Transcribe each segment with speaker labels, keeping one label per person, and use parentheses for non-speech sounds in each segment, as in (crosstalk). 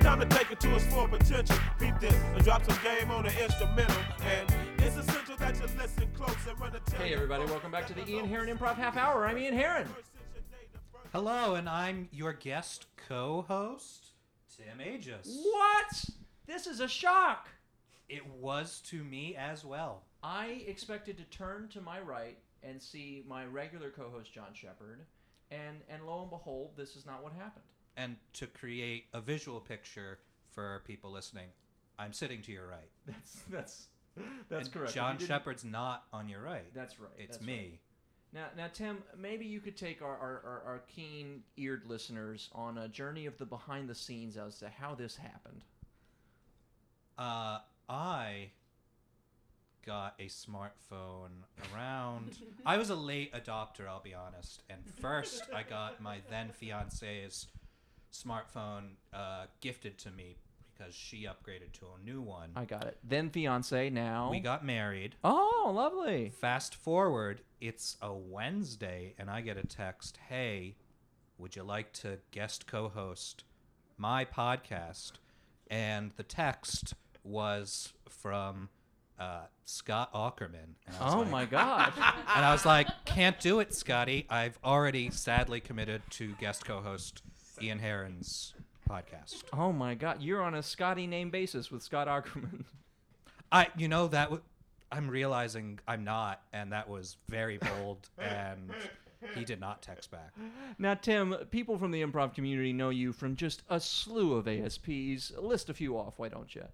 Speaker 1: time to take it to its full potential. Peep this and drop some game on the instrumental. And it's essential that you listen close and run the
Speaker 2: Hey, everybody, welcome back to the Ian Heron Improv Half Hour. I'm Ian Heron.
Speaker 3: Hello, and I'm your guest co-host, Tim Aegis.
Speaker 2: What? This is a shock.
Speaker 3: It was to me as well.
Speaker 2: I expected to turn to my right and see my regular co host, John Shepard, and, and lo and behold, this is not what happened. (laughs)
Speaker 3: And to create a visual picture for people listening, I'm sitting to your right.
Speaker 2: That's, that's, that's
Speaker 3: And
Speaker 2: correct. If
Speaker 3: John
Speaker 2: you didn't-
Speaker 3: Shepard's not on your right.
Speaker 2: That's right.
Speaker 3: it's
Speaker 2: that's
Speaker 3: me.
Speaker 2: right. Now, now, Tim, maybe you could take our, our, our, our keen eared listeners on a journey of the behind the scenes as to how this happened.
Speaker 3: Uh, I got a smartphone around. I was a late adopter, I'll be honest. And first, I got my then fiance's smartphone uh, gifted to me because she upgraded to a new one.
Speaker 2: I got it. Then fiance, now.
Speaker 3: We got married.
Speaker 2: oh, lovely.
Speaker 3: Fast forward, it's a Wednesday, and I get a text Hey, would you like to guest co host my podcast? And the text was from uh, Scott Ackerman. And I was
Speaker 2: Oh,
Speaker 3: like-
Speaker 2: my God.
Speaker 3: (laughs) And I was like, Can't do it, Scotty. I've already sadly committed to guest co host Ian Heron's podcast.
Speaker 2: oh, my God. You're on a Scotty name basis with Scott Ackerman. (laughs)
Speaker 3: I, you know, that w- I'm realizing I'm not, and that was very bold, and he did not text back.
Speaker 2: Now, Tim, people from the improv community know you from just a slew of ASPs. List a few off, why don't you?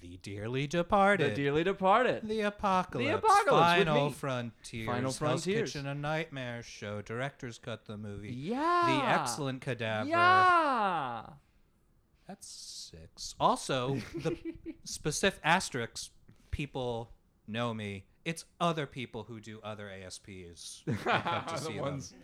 Speaker 3: The dearly
Speaker 2: The
Speaker 3: departed.
Speaker 2: Dearly Departed.
Speaker 3: The apocalypse.
Speaker 2: The Apocalypse with
Speaker 3: Final
Speaker 2: me.
Speaker 3: frontiers.
Speaker 2: Final
Speaker 3: Hell's
Speaker 2: Frontiers.
Speaker 3: Kitchen, a nightmare show. Director's cut. The movie.
Speaker 2: Yeah.
Speaker 3: The excellent cadaver.
Speaker 2: Yeah.
Speaker 3: That's six. Also,
Speaker 2: (laughs)
Speaker 3: the specific asterisks people know me. It's other people who do other
Speaker 2: (laughs)
Speaker 3: ASPs. (laughs) who come to see
Speaker 2: the
Speaker 3: them.
Speaker 2: ones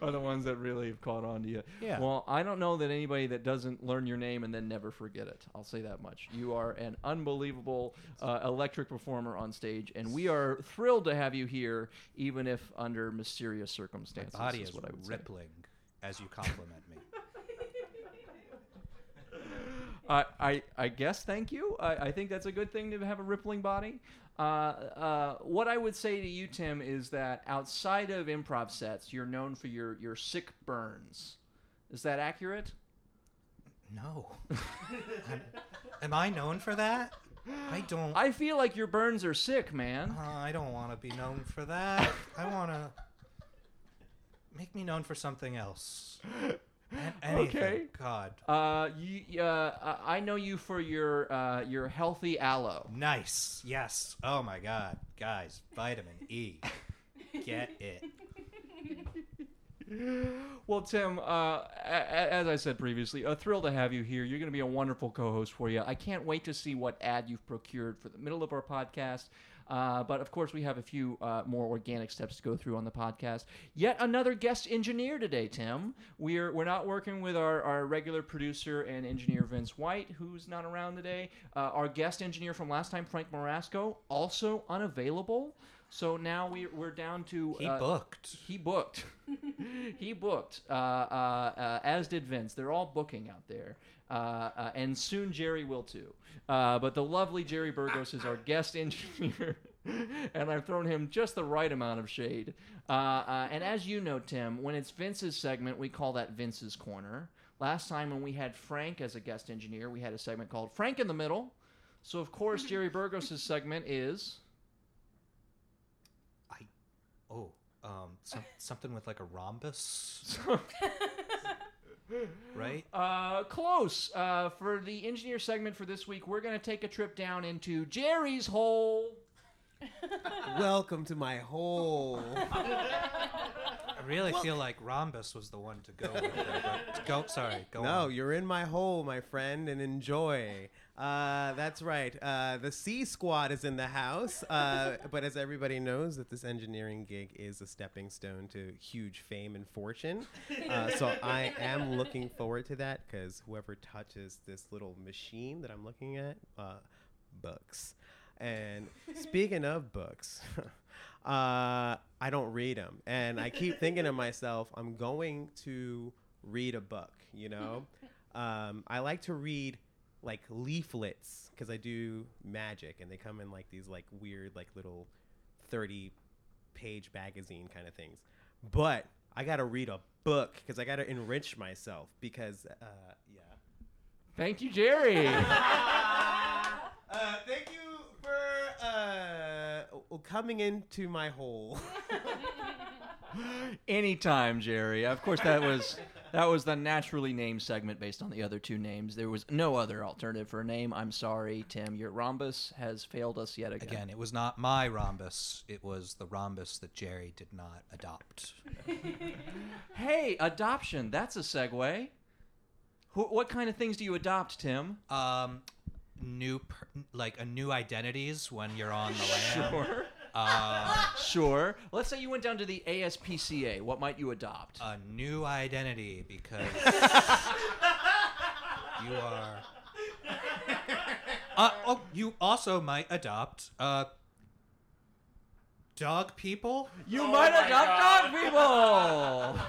Speaker 2: are the ones that really have caught on to you.
Speaker 3: Yeah.
Speaker 2: Well, I don't know that anybody that doesn't learn your name and then never forget it. I'll say that much. You are an unbelievable uh, electric performer on stage, and we are thrilled to have you here, even if under mysterious circumstances.
Speaker 3: Body
Speaker 2: is
Speaker 3: is
Speaker 2: what I would say.
Speaker 3: rippling as you compliment
Speaker 2: (laughs)
Speaker 3: me.
Speaker 2: I, I, I guess thank you. I, I think that's a good thing to have a rippling body. Uh, uh, what I would say to you, Tim, is that outside of improv sets, you're known for your, your sick burns. Is that accurate?
Speaker 3: No. I'm- am I known for that? I don't.
Speaker 2: I feel like your burns are sick, man.
Speaker 3: Uh, I don't want to be known for that. I want to make me known for something else.
Speaker 2: (laughs)
Speaker 3: An- anything.
Speaker 2: Okay.
Speaker 3: God.
Speaker 2: Uh, you, uh, I- I know you for your uh, your healthy aloe.
Speaker 3: Nice. Yes. Oh my God, guys. Vitamin E. Get it.
Speaker 2: Well, Tim, uh, a- a- as I said previously, a thrill to have you here. You're going to be a wonderful co-host for you. I can't wait to see what ad you've procured for the middle of our podcast. Uh, but of course, we have a few uh, more organic steps to go through on the podcast. Yet another guest engineer today, Tim. We're we're not working with our, our regular producer and engineer Vince White, who's not around today. Uh, our guest engineer from last time, Frank Morasco, also unavailable. So now we, we're down to
Speaker 3: He
Speaker 2: uh,
Speaker 3: booked.
Speaker 2: he booked. he booked. Uh, uh, uh, as did Vince. They're all booking out there, uh, uh, and soon Jerry will too. Uh, but the lovely Jerry Burgos is our guest engineer, (laughs) and I've thrown him just the right amount of shade. Uh, uh, and as you know, Tim, when it's Vince's segment, we call that Vince's corner. Last time when we had Frank as a guest engineer, we had a segment called Frank in the Middle. So of course Jerry Burgos' segment is
Speaker 3: Oh, um, some, something with like a rhombus, right?
Speaker 2: Uh, close. Uh, for the engineer segment for this week, we're going to take a trip down into Jerry's hole.
Speaker 4: Welcome to my hole.
Speaker 3: I really feel like rhombus was the one to go with. There,
Speaker 2: (laughs)
Speaker 3: but go. Sorry. Go.
Speaker 4: No,
Speaker 3: on.
Speaker 4: you're in my hole, my friend, and enjoy. Uh, that's right. Uh, the C Squad is in the house, uh, but as everybody knows, that this engineering gig is a stepping stone to huge fame and fortune. Uh, so I am looking forward to that because whoever touches this little machine that I'm looking at, uh, books. And speaking of books, (laughs) uh, I don't read them, and I keep thinking to myself, I'm going to read a book, you know. Um, I like to read like leaflets because I do magic, and they come in like these like weird like little thirty page magazine kind of things. But I gotta read a book because I gotta enrich myself because uh, yeah.
Speaker 2: Thank you, Jerry.
Speaker 4: Uh, thank you for uh, w- coming into my hole.
Speaker 2: (laughs)
Speaker 4: (laughs)
Speaker 2: Anytime, Jerry. Of course, that was that was the naturally named segment based on the other two names. There was no other alternative for a name. I'm sorry, Tim. Your rhombus has failed us yet again.
Speaker 3: Again, it was not my rhombus. It was the rhombus that Jerry did not adopt.
Speaker 2: Hey, adoption. That's a segue. Wh- what kind of things do you adopt, Tim?
Speaker 3: Um, new, per- like a new identities when you're on the
Speaker 2: (laughs)
Speaker 3: land.
Speaker 2: Sure.
Speaker 3: Uh,
Speaker 2: Sure. Let's say you went down to the ASPCA. What might you adopt?
Speaker 3: a new identity because you are. Uh, oh, you also might adopt uh, dog people.
Speaker 2: You might adopt dog (laughs) people.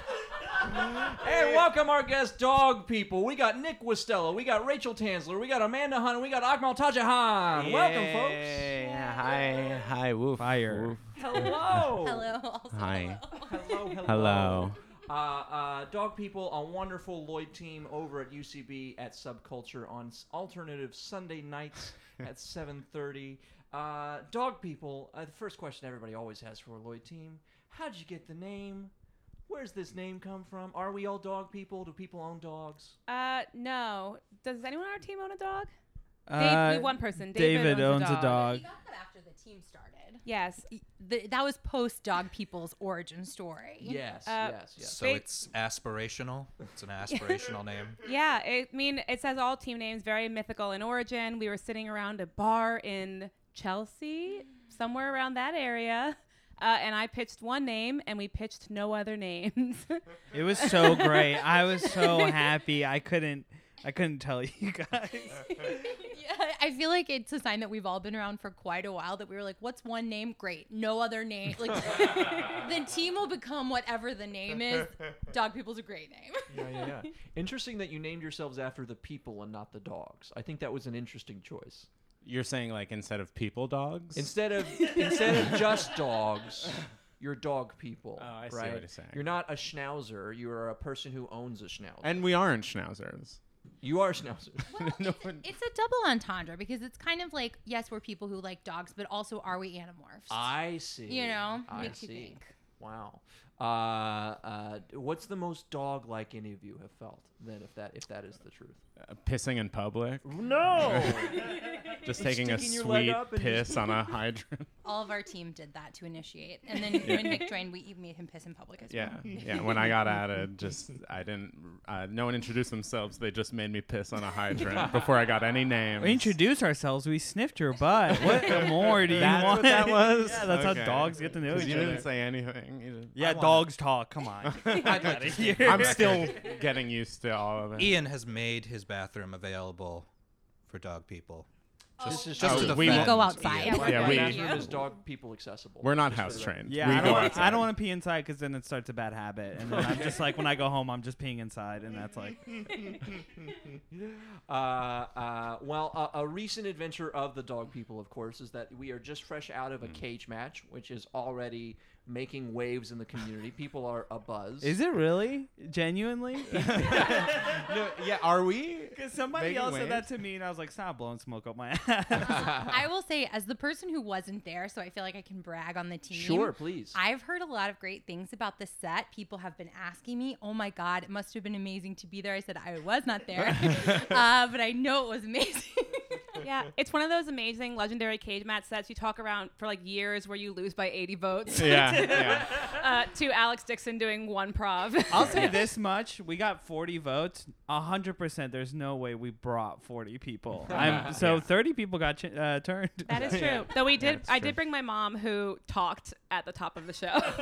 Speaker 2: hey, welcome our guest dog people. We got Nick Westella, we got Rachel Tansler, we got Amanda Hunt, and we got Akmal Tajahan. Welcome, folks.
Speaker 5: Hi, hi, woof.
Speaker 4: Fire.
Speaker 5: woof.
Speaker 2: Hello.
Speaker 6: Hello. Also
Speaker 5: Hi.
Speaker 6: Hello.
Speaker 2: Hello. Hello.
Speaker 5: Hello.
Speaker 2: Uh, uh, dog people, a wonderful Lloyd team over at UCB at Subculture on s- alternative Sunday nights at 7:30. Uh, dog people, uh, the first question everybody always has for a Lloyd team: How'd you get the name? Where's this name come from? Are we all dog people? Do people own dogs?
Speaker 6: Uh, no. Does anyone on our team own a dog?
Speaker 5: Uh,
Speaker 6: Dave, we one person.
Speaker 5: David
Speaker 6: David,
Speaker 5: owns a dog.
Speaker 7: We got that after the team started.
Speaker 6: Yes.
Speaker 7: The, that was post Dog People's origin (laughs) story.
Speaker 2: Yes,
Speaker 6: Uh,
Speaker 2: yes, yes.
Speaker 3: So
Speaker 6: They-
Speaker 3: it's aspirational. It's an aspirational name.
Speaker 6: Yeah. It, I mean, it says all team names, very mythical in origin. We were sitting around a bar in Chelsea, somewhere around that area. Uh, and I pitched one name, and we pitched no other names. (laughs)
Speaker 5: It was so great. I was so happy. I couldn't. I couldn't tell you
Speaker 8: (laughs)
Speaker 5: guys.
Speaker 7: Yeah, I feel like it's a sign that we've all been around for quite a while that we were like, what's one name? Great. No other (laughs) name.
Speaker 2: (laughs)
Speaker 7: Like, the team will become whatever the name
Speaker 2: (laughs)
Speaker 7: is. Dog People's a great name.
Speaker 2: yeah, yeah,
Speaker 6: (laughs)
Speaker 2: yeah. Interesting that you named yourselves after the people and not the dogs. I think that was an interesting choice.
Speaker 5: You're saying like instead of people dogs?
Speaker 2: Instead
Speaker 7: (laughs)
Speaker 2: of instead of just dogs, you're dog people.
Speaker 5: Oh, I see
Speaker 2: right?
Speaker 5: what you're saying.
Speaker 2: You're not a schnauzer. You are a person who owns a schnauzer.
Speaker 5: and we aren't schnauzers.
Speaker 2: you are
Speaker 7: (laughs)
Speaker 2: schnauzers.
Speaker 7: Well,
Speaker 5: No
Speaker 7: it's,
Speaker 5: one-
Speaker 7: (laughs) it's a double entendre because it's kind of like, yes, we're people who like dogs, but also are we animorphs?
Speaker 2: I see.
Speaker 7: you know,
Speaker 2: I
Speaker 7: makes
Speaker 2: see.
Speaker 7: you think.
Speaker 2: Wow. Uh, uh, what's the most dog-like any of you have felt? Then, if that if that is the truth.
Speaker 5: Uh, pissing in public.
Speaker 2: No.
Speaker 5: Just
Speaker 2: Just
Speaker 5: taking a
Speaker 2: sticking your leg
Speaker 5: sweet
Speaker 2: up and just-
Speaker 5: piss on a hydrant.
Speaker 7: All of our team did that to initiate.
Speaker 2: (laughs)
Speaker 7: And then when Nick joined, we even made him piss in public as
Speaker 5: Yeah,
Speaker 8: (laughs)
Speaker 7: well.
Speaker 5: yeah. When I got added, just I didn't. Uh, no one introduced themselves. They just made me piss on a
Speaker 2: (laughs)
Speaker 5: hydrant before I got any names.
Speaker 8: We introduced ourselves. We sniffed your butt.
Speaker 5: (laughs)
Speaker 8: What more do you
Speaker 5: That's
Speaker 8: want?
Speaker 5: what that was.
Speaker 8: (laughs) Yeah, that's
Speaker 5: Okay.
Speaker 8: how dogs get to know
Speaker 5: 'Cause
Speaker 8: each
Speaker 5: you
Speaker 8: other.
Speaker 5: didn't say anything. You just-
Speaker 8: yeah, dogs talk.
Speaker 5: (laughs)
Speaker 8: Come on.
Speaker 5: I'd like to think- I'm still getting used to all
Speaker 8: E-
Speaker 5: of it.
Speaker 3: Ian has made his bathroom available for dog people.
Speaker 2: This is
Speaker 3: Just
Speaker 5: Oh,
Speaker 3: to the
Speaker 5: we
Speaker 3: fans,
Speaker 7: go
Speaker 3: Ian.
Speaker 7: outside.
Speaker 3: (laughs)
Speaker 7: Yeah,
Speaker 5: Yeah,
Speaker 2: Our
Speaker 5: we-
Speaker 2: bathroom is dog people accessible.
Speaker 5: We're not
Speaker 2: Just
Speaker 5: house
Speaker 2: for that.
Speaker 5: trained.
Speaker 8: Yeah,
Speaker 5: we
Speaker 8: I
Speaker 5: go
Speaker 8: don't, want,
Speaker 5: outside.
Speaker 8: I don't want to pee inside because then it starts a bad habit, and then I'm just like, when I go home, I'm just peeing inside, and
Speaker 5: (laughs)
Speaker 8: that's like,
Speaker 2: Uh, uh, well, uh, a recent adventure of the dog people, of course, is that we are just fresh out
Speaker 8: Hmm.
Speaker 2: of a cage match, which is already making waves in the community.
Speaker 8: (laughs)
Speaker 2: People are abuzz.
Speaker 8: is it really
Speaker 5: (laughs)
Speaker 8: genuinely? (laughs)
Speaker 5: No, yeah, are we?
Speaker 8: Because somebody
Speaker 5: Making
Speaker 8: else said that
Speaker 5: waves?
Speaker 8: to me, and I was like, stop blowing smoke up my (laughs)
Speaker 2: (laughs)
Speaker 8: ass.
Speaker 7: I will say, as the person who wasn't there, so I feel like I can brag on the team.
Speaker 2: Sure, please.
Speaker 7: I've heard a lot of great things about the set. People have been asking me, "Oh my God, it must have been amazing to be there." I said I was not there, uh, but I know it was amazing. (laughs)
Speaker 5: (laughs)
Speaker 6: yeah, it's one of those amazing legendary cage match sets you talk around for like years where you lose by 80
Speaker 5: (laughs)
Speaker 6: votes.
Speaker 8: (laughs)
Speaker 5: Yeah, yeah.
Speaker 6: uh, to Alex Dixon doing one prov.
Speaker 5: (laughs)
Speaker 8: I'll say this much: we got 40 votes. 100. percent There's no way we brought
Speaker 5: (laughs)
Speaker 8: 40 people. I'm so 30 people got ch- uh, turned.
Speaker 6: That is true. Though we did,
Speaker 5: it's
Speaker 6: I
Speaker 5: true.
Speaker 6: did bring my mom who talked at the top of the show. (laughs)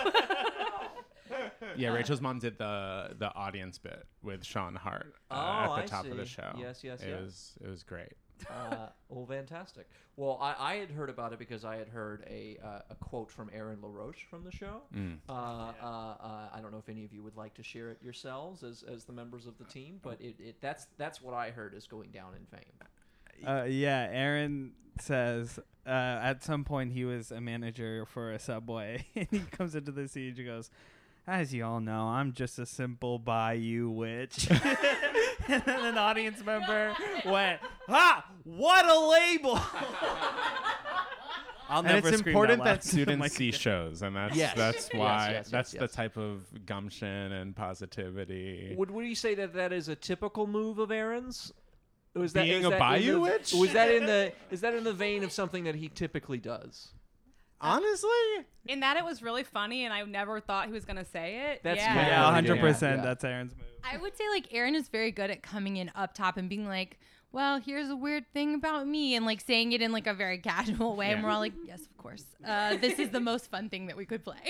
Speaker 5: Yeah, Rachel's mom did the the audience bit with Sean Hart uh, at
Speaker 2: Oh,
Speaker 5: the
Speaker 2: I
Speaker 5: top of the
Speaker 2: see.
Speaker 5: show.
Speaker 2: Yes, yes,
Speaker 5: It
Speaker 2: yeah.
Speaker 5: was it was great.
Speaker 2: Uh, well, fantastic. Well, I, I had heard about it because I had heard a, uh, a quote from Aaron LaRoche from the show.
Speaker 8: Hmm.
Speaker 2: Uh, uh, uh, I don't know if any of you would like to share it yourselves as, as the members of the team,
Speaker 8: Oh.
Speaker 2: but it, it that's that's what I heard is going down in fame.
Speaker 8: (laughs) Uh, yeah, Aaron says uh, at some point he was a manager for a subway, (laughs) and he comes into the siege and goes, "As you all know, I'm just a simple bayou witch." (laughs) and then an audience
Speaker 6: (laughs)
Speaker 8: member went, "Ah, what a label!"
Speaker 5: (laughs)
Speaker 8: I'll
Speaker 5: and it's
Speaker 8: scream
Speaker 5: important
Speaker 8: loud
Speaker 5: that
Speaker 8: (laughs) to my
Speaker 5: (laughs) students see shows, and that's
Speaker 2: Yes.
Speaker 5: that's
Speaker 2: Yes,
Speaker 5: why
Speaker 2: yes, yes,
Speaker 5: that's the
Speaker 2: yes.
Speaker 5: type of gumption and positivity.
Speaker 2: Would we say that that is a typical move of Aaron's? Was
Speaker 5: Being
Speaker 2: is
Speaker 5: a
Speaker 2: in the-
Speaker 5: bayou witch?
Speaker 2: Was that in the is that in the vein of something that he typically does?
Speaker 4: Honestly,
Speaker 6: In that, it was really funny, and I never thought he was gonna say it.
Speaker 2: That's
Speaker 7: Yeah.
Speaker 2: good.
Speaker 8: Yeah,
Speaker 5: Yeah.
Speaker 8: 100%.
Speaker 2: Yeah.
Speaker 8: That's Aaron's move.
Speaker 7: I would say like Aaron is very good at coming in up top and being like, "Well, here's a weird thing about me," and like saying it in like a very casual way, and
Speaker 5: Yeah.
Speaker 7: we're all like, "Yes, of course. Uh, this is the most fun thing that we could play."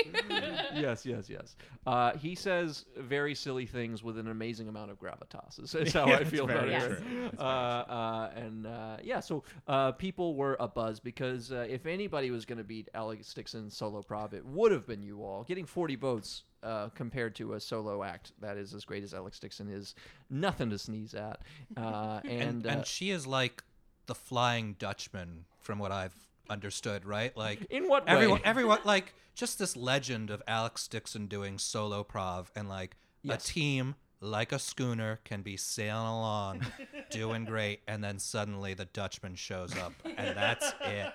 Speaker 2: yes, yes, yes. Uh, he says very silly things with an amazing amount of gravitas. Is, is how I
Speaker 5: it's
Speaker 2: feel about
Speaker 5: very
Speaker 2: it.
Speaker 5: true.
Speaker 2: Uh, uh, and uh, yeah, so uh, people were abuzz because uh, if anybody was going to beat Alex Dixon's solo prov, it would have been you all. Getting 40 votes uh, compared to a solo act that is as great as Alex Dixon is, nothing to sneeze at.
Speaker 5: (laughs)
Speaker 2: Uh,
Speaker 3: and
Speaker 2: and, uh,
Speaker 3: and she is like the Flying Dutchman, from what I've understood, right? Like
Speaker 2: in what way?
Speaker 3: everyone, everyone, like just this legend of Alex Dixon doing solo prov, and like
Speaker 2: Yes.
Speaker 3: a team like a schooner can be sailing
Speaker 2: (laughs)
Speaker 3: along, doing great, and then suddenly the Dutchman shows up, and that's it.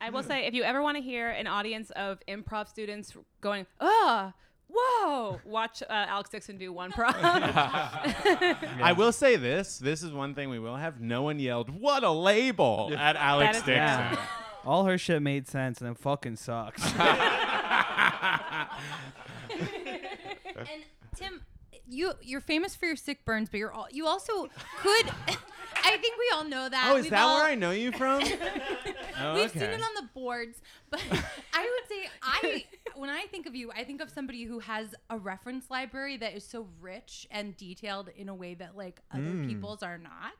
Speaker 6: I will
Speaker 5: Hmm.
Speaker 6: say, if you ever want to hear an audience of improv students going, "Ah, whoa," watch uh, Alex Dixon do one (laughs) prov.
Speaker 5: I will say this: this is one thing we will have. No one yelled "What a label" (laughs) at Alex
Speaker 6: is-
Speaker 5: Dixon.
Speaker 8: yeah. All her shit made sense and it fucking sucks. (laughs)
Speaker 7: and Tim, you you're famous for your sick burns, but you're all you also could. (laughs) I think we all know that.
Speaker 5: Oh, is
Speaker 7: We've
Speaker 5: that
Speaker 7: all-
Speaker 5: where I know you
Speaker 2: (laughs)
Speaker 5: from? Oh,
Speaker 7: We've seen
Speaker 5: okay.
Speaker 7: it on the boards, but (laughs) I would say
Speaker 5: (laughs)
Speaker 7: I when I think of you, I think of somebody who has a reference library that is so rich and detailed in a way that like other
Speaker 5: Hmm.
Speaker 7: people's are not.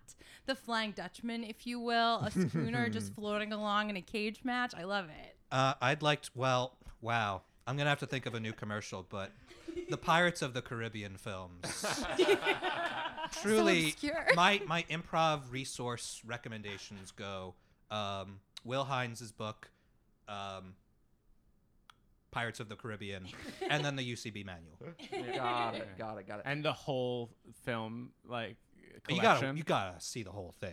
Speaker 7: The Flying Dutchman, if you will, a
Speaker 5: (laughs)
Speaker 7: schooner just floating along in a cage match. I love it.
Speaker 3: Uh, I'd like to, well, wow. I'm going to have to think of a new commercial, but the Pirates of the Caribbean films. Truly,
Speaker 7: obscure.
Speaker 3: my, my improv resource recommendations go um, Will Hines' book, um, Pirates of the Caribbean, and then the UCB manual.
Speaker 2: got it, got it, got it.
Speaker 5: and the whole film, like
Speaker 3: You
Speaker 5: collection.
Speaker 3: gotta, you gotta see the whole
Speaker 2: (laughs)
Speaker 3: thing.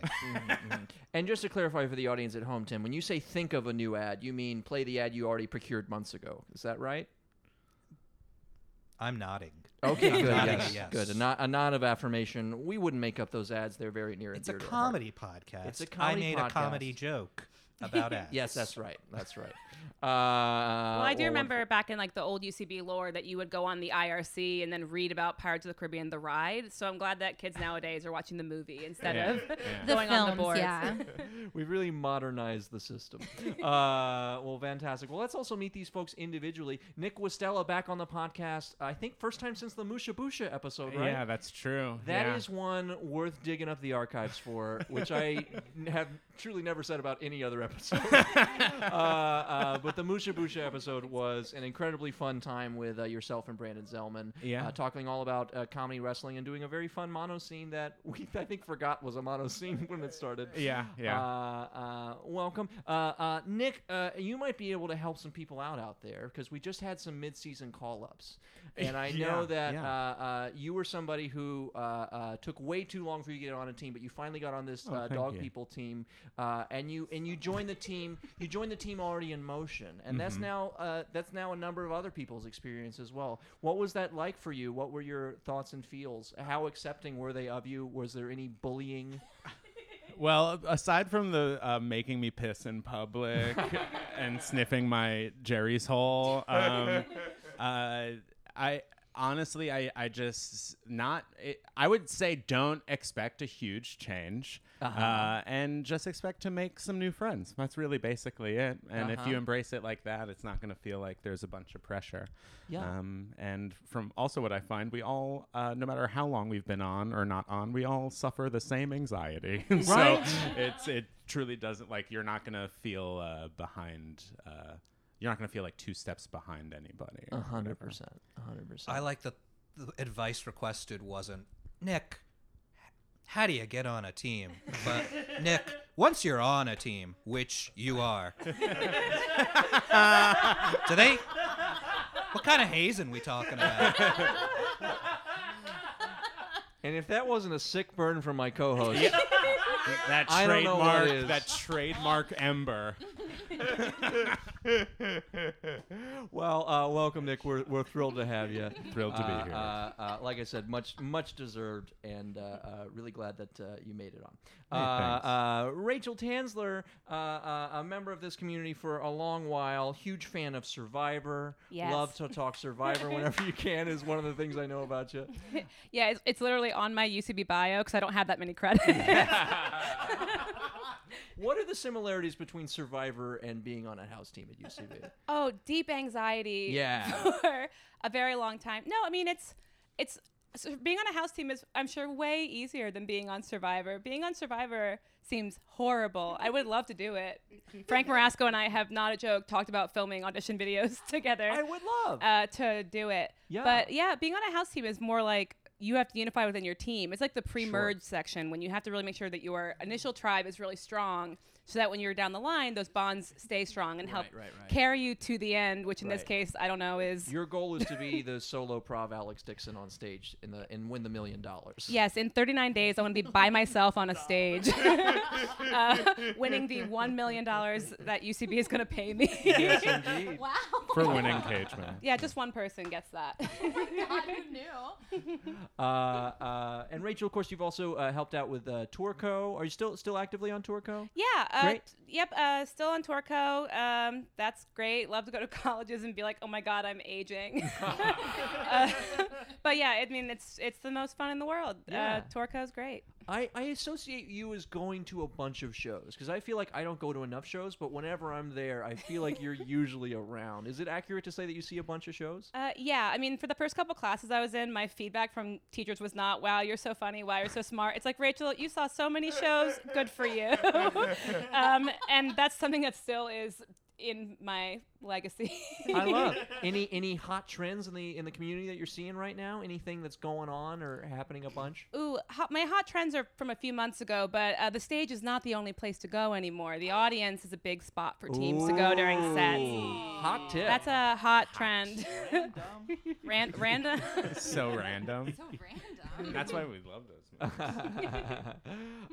Speaker 2: And just to clarify for the audience at home, Tim, when you say think of a new ad, you mean play the ad you already procured months ago. Is that right?
Speaker 3: I'm nodding.
Speaker 2: Okay,
Speaker 3: I'm
Speaker 2: good.
Speaker 3: nodding a
Speaker 2: Yes,
Speaker 3: yes.
Speaker 2: good. A, nod, a nod of affirmation. We wouldn't make up those ads. They're very near and
Speaker 3: It's a
Speaker 2: dear to our heart.
Speaker 3: comedy podcast.
Speaker 2: It's a comedy
Speaker 3: I made
Speaker 2: podcast.
Speaker 3: a comedy joke about
Speaker 2: (laughs)
Speaker 3: ads.
Speaker 2: Yes, that's right. That's right. (laughs) Uh,
Speaker 6: Well, I do
Speaker 2: well,
Speaker 6: remember back in like the old UCB lore that you would go on the IRC and then read about Pirates of the Caribbean: The Ride. So I'm glad that kids nowadays are watching the movie instead
Speaker 5: Yeah,
Speaker 6: of
Speaker 5: yeah.
Speaker 6: (laughs)
Speaker 7: The
Speaker 6: going on the
Speaker 7: films,
Speaker 6: boards.
Speaker 7: yeah.
Speaker 5: (laughs)
Speaker 2: We've really modernized the system. (laughs) uh, well, fantastic. Well, let's also meet these folks individually. Nick Westella back on the podcast. I think first time since the Musha Busha episode, right?
Speaker 5: (laughs) Yeah, that's true.
Speaker 2: That is
Speaker 5: yeah.
Speaker 2: one worth digging up the archives for, which I n- have truly never said about any other
Speaker 5: (laughs)
Speaker 2: episode. uh, uh, but the Musha Busha episode was an incredibly fun time with uh, yourself and Brandon Zellman.
Speaker 5: Yeah.
Speaker 2: Uh, talking all about uh, comedy wrestling and doing a very fun mono scene that we, I think, forgot was a mono scene when it started.
Speaker 5: (laughs) Yeah, yeah.
Speaker 2: Uh, uh, welcome. Uh, uh, Nick, uh, you might be able to help some people out out there because we just had some mid-season
Speaker 5: (laughs)
Speaker 2: call-ups. And I know
Speaker 5: Yeah,
Speaker 2: that
Speaker 5: yeah.
Speaker 2: uh, uh, you were somebody who uh, uh, took way too long for you to get on a team, but you finally got on this uh,
Speaker 5: Oh, thank
Speaker 2: dog
Speaker 5: you.
Speaker 2: people team, uh, and you and you joined the team. You joined the team already in motion, and
Speaker 5: Mm-hmm.
Speaker 2: that's now uh, that's now a number of other people's experience as well. What was that like for you? What were your thoughts and feels? How accepting were they of you? Was there any bullying?
Speaker 5: Well, aside from the uh, making me piss in (laughs) public (laughs) and sniffing my Jerry's hole, um, uh, I honestly, I, I just not. It, I would say don't expect a huge change,
Speaker 2: Uh-huh.
Speaker 5: uh, and just expect to make some new friends. That's really basically it. And if
Speaker 2: Uh-huh.
Speaker 5: you embrace it like that, it's not going to feel like there's a bunch of pressure.
Speaker 2: Yeah.
Speaker 5: Um, and from also what I find, we all, uh, no matter how long we've been on or not on, we all suffer the same anxiety. (laughs) so
Speaker 2: Right.
Speaker 5: it's it truly doesn't like you're not going to feel uh, behind. Uh, you're not going to feel like two steps behind anybody.
Speaker 2: A
Speaker 5: or
Speaker 2: hundred
Speaker 5: whatever.
Speaker 2: percent. A hundred percent.
Speaker 3: I like that the advice requested wasn't Nick. h- How do you get on a team? But Nick, once you're on a team, which you are, do they? What kind of hazing we talking about?
Speaker 2: And if that wasn't a sick burn from my co-host,
Speaker 5: That
Speaker 2: I don't know what it
Speaker 5: trademark, that
Speaker 2: is.
Speaker 5: trademark ember.
Speaker 2: (laughs) well, uh, welcome, Nick. We're, we're thrilled to have you.
Speaker 5: Thrilled to be
Speaker 2: Uh,
Speaker 5: here.
Speaker 2: Uh, uh, like I said, much much deserved, and uh, uh, really glad that uh, you made it on. uh, uh, Rachel Tansler, uh, uh, a member of this community for a long while, huge fan of Survivor.
Speaker 6: Yes.
Speaker 2: Love to talk Survivor whenever you can is one of the things I know about you.
Speaker 6: Yeah, it's, it's literally on my UCB bio because I don't have that
Speaker 5: (laughs)
Speaker 6: many credits.
Speaker 2: What are the similarities between Survivor and being on a house team at UCB?
Speaker 6: oh, deep anxiety.
Speaker 2: Yeah.
Speaker 6: (laughs) For a very long time. No, I mean it's it's so being on a house team is I'm sure way easier than being on Survivor. Being on Survivor seems horrible. I would love to do it. Frank Marasco and I have not a joke talked about filming audition videos (laughs) together.
Speaker 2: I would love.
Speaker 6: uh, to do it.
Speaker 2: Yeah.
Speaker 6: But yeah, being on a house team is more like you have to unify within your team. It's like the pre-merge section when you have to really make sure that your initial tribe is really strong, so that when you're down the line, those bonds stay strong and help
Speaker 2: Right, right, right.
Speaker 6: carry you to the end. Which in this
Speaker 2: Right.
Speaker 6: case, I don't know is
Speaker 2: Your goal is to
Speaker 6: (laughs)
Speaker 2: be the solo prov Alex Dixon on stage in the and win the million dollars.
Speaker 6: yes. In 39 days, I want to be by myself on a stage, (laughs) uh, winning the one million dollars that UCB is going to pay
Speaker 2: (laughs)
Speaker 6: me.
Speaker 2: (laughs) Yes, indeed.
Speaker 7: (laughs) Wow.
Speaker 5: for winning cage match.
Speaker 6: yeah, just one person gets that.
Speaker 7: Oh God,
Speaker 6: (laughs)
Speaker 7: who knew?
Speaker 2: Uh, uh, and Rachel, of course, you've also uh, helped out with uh, Tourco. Are you still still actively on Tourco?
Speaker 6: Yeah. Uh,
Speaker 2: Great.
Speaker 6: t- Yep. Uh, still on Torco. Um, that's great. Love to go to (laughs) colleges and be like, oh my god, I'm aging. Uh, but yeah, I mean, it's it's the most fun in the world.
Speaker 2: Yeah.
Speaker 6: Uh, Torco's great.
Speaker 2: I, I associate you as going to a bunch of shows because I feel like I don't go to enough shows, but whenever I'm there, I feel like
Speaker 6: (laughs)
Speaker 2: you're usually around. Is it accurate to say that you see a bunch of shows?
Speaker 6: Uh, yeah. I mean, for the first couple classes I was in, my feedback from teachers was not, wow, you're so funny. Wow, you're so smart. It's like Rachel, you saw so many shows. Good for you. (laughs) um, and that's something that still is in my legacy. (laughs)
Speaker 2: I love any any hot trends in the in the community that you're seeing right now. Anything that's going on or happening a bunch?
Speaker 6: Ooh, hot, my hot trends are from a few months ago, but uh, the stage is not the only place to go anymore. The audience is a big spot for teams to go during sets.
Speaker 2: Hot tip.
Speaker 6: That's a hot, trend. (laughs) Ran-
Speaker 2: (laughs)
Speaker 6: random.
Speaker 5: so random.
Speaker 7: So random.
Speaker 5: That's why we love those. Movies.
Speaker 2: (laughs)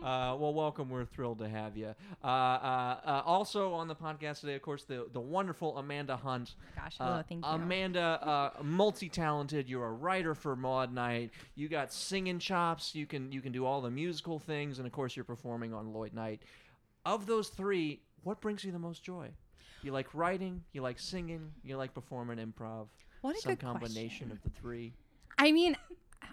Speaker 2: uh, well, welcome. We're thrilled to have you. Uh, uh, uh, also on the podcast today, of course, the the wonderful Amanda Hunt.
Speaker 7: Gosh, hello,
Speaker 2: Uh,
Speaker 7: Oh, thank you. (laughs)
Speaker 2: Amanda, uh, multi-talented. You're a writer for Maud Night. You got singing chops. You can you can do all the musical things, and of course, you're performing on Lloyd Night. Of those three, what brings you the most joy? You like writing. You like singing. You like performing improv.
Speaker 7: What a
Speaker 2: some
Speaker 7: good question.
Speaker 2: combination of the three.
Speaker 7: I mean,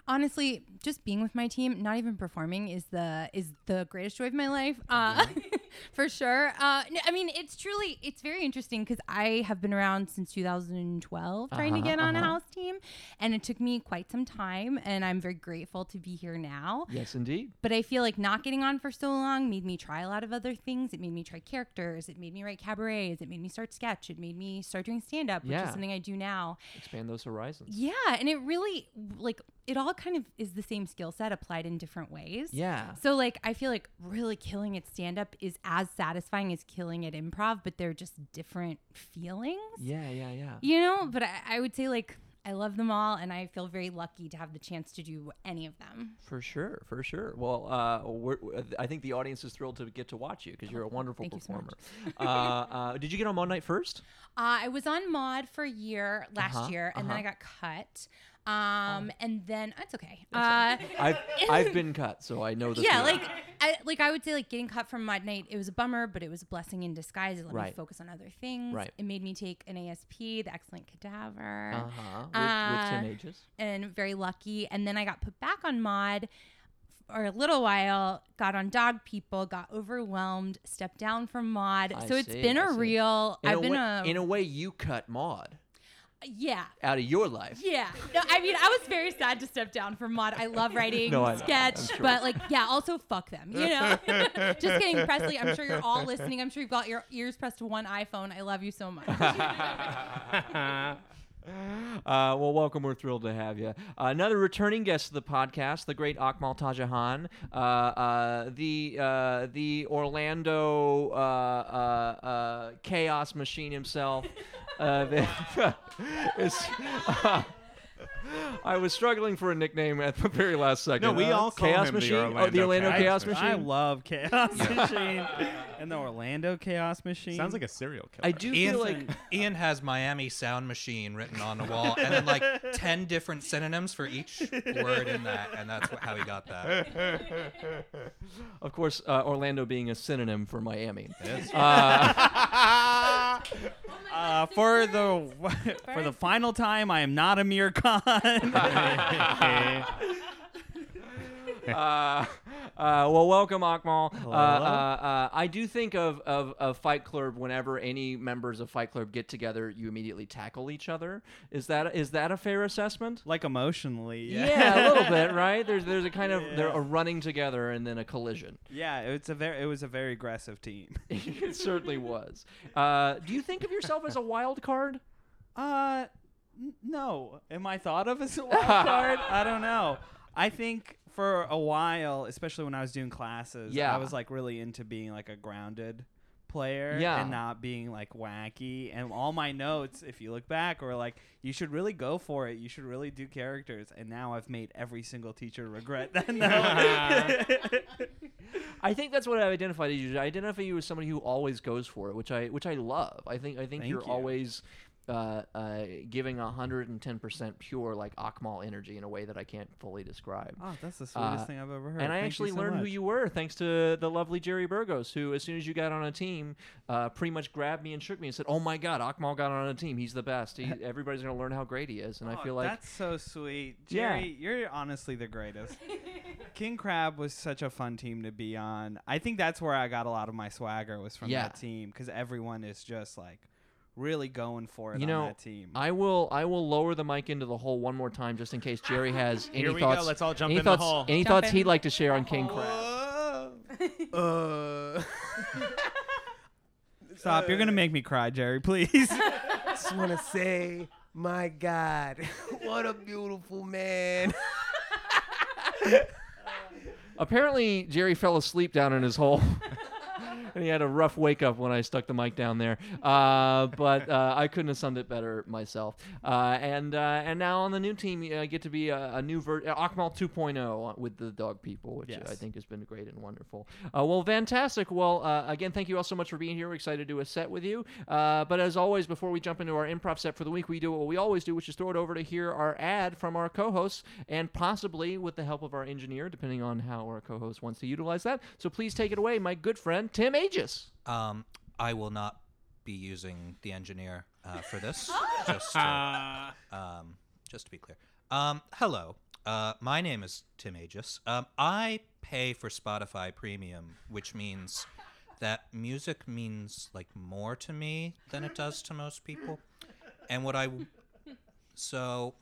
Speaker 7: honestly, just being with my team, not even performing is the is the greatest joy of my life, uh, (laughs) for sure. Uh, no, I mean, it's truly it's very interesting because I have been around since 2012 trying to
Speaker 2: Uh-huh,
Speaker 7: get on a
Speaker 2: uh-huh.
Speaker 7: house team, and it took me quite some time, and I'm very grateful to be here now.
Speaker 2: Yes, indeed.
Speaker 7: But I feel like not getting on for so long made me try a lot of other things. It made me try characters. It made me write cabarets. It made me start sketch. It made me start doing stand up, which
Speaker 2: Yeah.
Speaker 7: is something I do now.
Speaker 2: Expand those horizons.
Speaker 7: Yeah, and it really like it all kind of is the same skill set applied in different ways.
Speaker 2: Yeah.
Speaker 7: So like I feel like really killing it stand up is as satisfying as killing it improv, but they're just different feelings.
Speaker 2: Yeah, yeah, yeah.
Speaker 7: You know, but I, I would say like I love them all and I feel very lucky to have the chance to do any of them.
Speaker 2: For sure, for sure. Well, uh, we're, uh, I think the audience is thrilled to get to watch you because you're a wonderful
Speaker 7: Oh, Thank you so
Speaker 2: performer.
Speaker 7: much.
Speaker 2: uh, uh, did you get on Mon Night first?
Speaker 7: Uh, I was on Mod for a year last
Speaker 2: Uh-huh,
Speaker 7: year, and
Speaker 2: uh-huh. Oh.
Speaker 7: then I got cut. Um, and then that's okay. uh,
Speaker 2: (laughs)
Speaker 7: (laughs)
Speaker 2: I've, I've been cut, so I know this.
Speaker 7: yeah,
Speaker 2: feeling.
Speaker 7: like I like I would say like getting cut from Mud Night, it was a bummer, but it was a blessing in disguise. It let me
Speaker 2: Right.
Speaker 7: focus on other things.
Speaker 2: Right.
Speaker 7: It made me take an ASP, the excellent cadaver.
Speaker 2: uh-huh. with,
Speaker 7: Uh,
Speaker 2: with Tim Aegis.
Speaker 7: and very lucky. And then I got put back on mod for a little while, got on dog people, got overwhelmed, stepped down from mod.
Speaker 2: I
Speaker 7: so it's
Speaker 2: see,
Speaker 7: been
Speaker 2: I
Speaker 7: a
Speaker 2: see.
Speaker 7: real
Speaker 2: In
Speaker 7: I've
Speaker 2: a
Speaker 7: been
Speaker 2: way,
Speaker 7: a,
Speaker 2: in a way, you cut Maud
Speaker 7: yeah.
Speaker 2: out of your life.
Speaker 7: Yeah. No, I mean, I was very sad to step down from mod. I love writing
Speaker 2: No, I know.
Speaker 7: sketch,
Speaker 2: I'm sure.
Speaker 7: but like, yeah, also fuck them, you know? (laughs) Just kidding, Presley. I'm sure you're all listening. I'm sure you've got your ears pressed to one iPhone. (laughs) I love you so much.
Speaker 2: (laughs) uh, well, welcome. We're thrilled to have you. Uh, another returning guest to the podcast, the great Akmal Tajahan, uh, uh, the uh, the Orlando uh, uh, uh, chaos machine himself. Uh, (laughs) the- it's- I was struggling for a nickname at the very last second. Uh,
Speaker 5: No, we all call
Speaker 2: chaos
Speaker 5: him the
Speaker 2: machine. oh, the
Speaker 5: Orlando
Speaker 2: Orlando chaos,
Speaker 5: Chaos
Speaker 2: machine.
Speaker 5: Machine.
Speaker 8: I love Chaos Machine
Speaker 5: (laughs)
Speaker 8: and the Orlando Chaos Machine.
Speaker 5: Sounds like a serial killer.
Speaker 2: I do
Speaker 3: Ian,
Speaker 2: feel like
Speaker 3: Ian has Miami Sound Machine written on the wall, and then like ten different synonyms for each word in that, and that's wh- how he got that.
Speaker 2: Of course, uh, Orlando being a synonym for Miami. Uh,
Speaker 8: uh, for the (laughs) for the final time. I am not a
Speaker 5: (laughs)
Speaker 8: mere con.
Speaker 2: (laughs) uh, uh, well, welcome, Akmal. Uh, uh, uh, I do think of, of, of Fight Club whenever any members of Fight Club get together, you immediately tackle each other. Is that is that a fair assessment?
Speaker 8: (laughs) like emotionally,
Speaker 2: a
Speaker 8: yeah.
Speaker 2: little bit, right? There's there's a kind of there a running together and then a
Speaker 8: (laughs)
Speaker 2: collision.
Speaker 8: (laughs) Yeah, it's a very it was a very aggressive team.
Speaker 2: it certainly was. Uh, do you think of yourself as a wild card?
Speaker 8: Uh, n- no. Am I thought
Speaker 2: (laughs)
Speaker 8: of as a wild card? I don't know. I think for a while, especially when I was doing classes,
Speaker 2: Yeah.
Speaker 8: I was like really into being like a grounded player
Speaker 2: Yeah.
Speaker 8: and not being like wacky. And all my notes, if you look back, were like, you should really go for it. You should really do characters. And now I've made every single teacher regret that
Speaker 2: (laughs)
Speaker 8: (laughs) note. (laughs)
Speaker 2: I think that's what I identified you. as. I identify you as somebody who always goes for it, which I which I love. I think I think
Speaker 8: Thank
Speaker 2: you're
Speaker 8: you.
Speaker 2: always uh, uh, giving hundred and ten percent pure like Akmal energy in a way that I can't fully describe.
Speaker 8: oh, that's the
Speaker 2: Uh,
Speaker 8: sweetest thing I've ever heard.
Speaker 2: And I
Speaker 8: Thank you
Speaker 2: actually
Speaker 8: so
Speaker 2: learned who
Speaker 8: much.
Speaker 2: you were thanks to the lovely Jerry Burgos, who, as soon as you got on a team, uh, pretty much grabbed me and shook me and said, "Oh my God, Akmal got on a team. He's the best.
Speaker 8: (laughs)
Speaker 2: He, everybody's going to learn how great he is." And I
Speaker 8: Oh,
Speaker 2: feel like
Speaker 8: that's so sweet,
Speaker 2: Yeah.
Speaker 8: Jerry. You're honestly the greatest. King Crab was such a fun team to be on. I think that's where I got a lot of my swagger was from
Speaker 2: Yeah.
Speaker 8: that team because everyone is just like really going for it
Speaker 2: You
Speaker 8: on
Speaker 2: know,
Speaker 8: that team.
Speaker 2: I will I will lower the mic into the hole one more time just in case
Speaker 5: (laughs)
Speaker 2: Jerry has any
Speaker 5: Here we
Speaker 2: thoughts.
Speaker 5: go. Let's all jump
Speaker 2: any
Speaker 5: in the
Speaker 2: thoughts,
Speaker 5: hole.
Speaker 2: Any
Speaker 7: Jump
Speaker 2: thoughts
Speaker 7: in
Speaker 2: he'd like to share on
Speaker 7: the
Speaker 2: King
Speaker 7: hole.
Speaker 2: Crab?
Speaker 5: (laughs)
Speaker 4: Uh,
Speaker 8: Stop! You're gonna make me cry, Jerry.
Speaker 2: (laughs)
Speaker 8: (laughs) Please.
Speaker 4: just want to say, my God, what a beautiful man.
Speaker 2: Apparently Jerry fell asleep down in his hole. (laughs) And he had a rough wake up when I stuck the mic down there, uh, but uh, I couldn't have summed it better myself. Uh, and uh, and now on the new team, I get to be a, a new ver- uh, Akmal 2.0 with the dog people, which
Speaker 8: Yes.
Speaker 2: I think has been great and wonderful. Uh, well, fantastic. Well, uh, again, thank you all so much for being here. We're excited to do a set with you. Uh, but as always, before we jump into our improv set for the week, we do what we always do, which is throw it over to hear our ad from our co hosts and possibly with the help of our engineer, depending on how our co host wants to utilize that. So please take it away, my good friend, Tim Aegis.
Speaker 3: Um, I will not be using the engineer uh, for this. just to, um, just to be clear. Um, hello. Uh, my name is Tim Aegis. Um, I pay for Spotify Premium, which means that music means like more to me than it does to most people. And what I so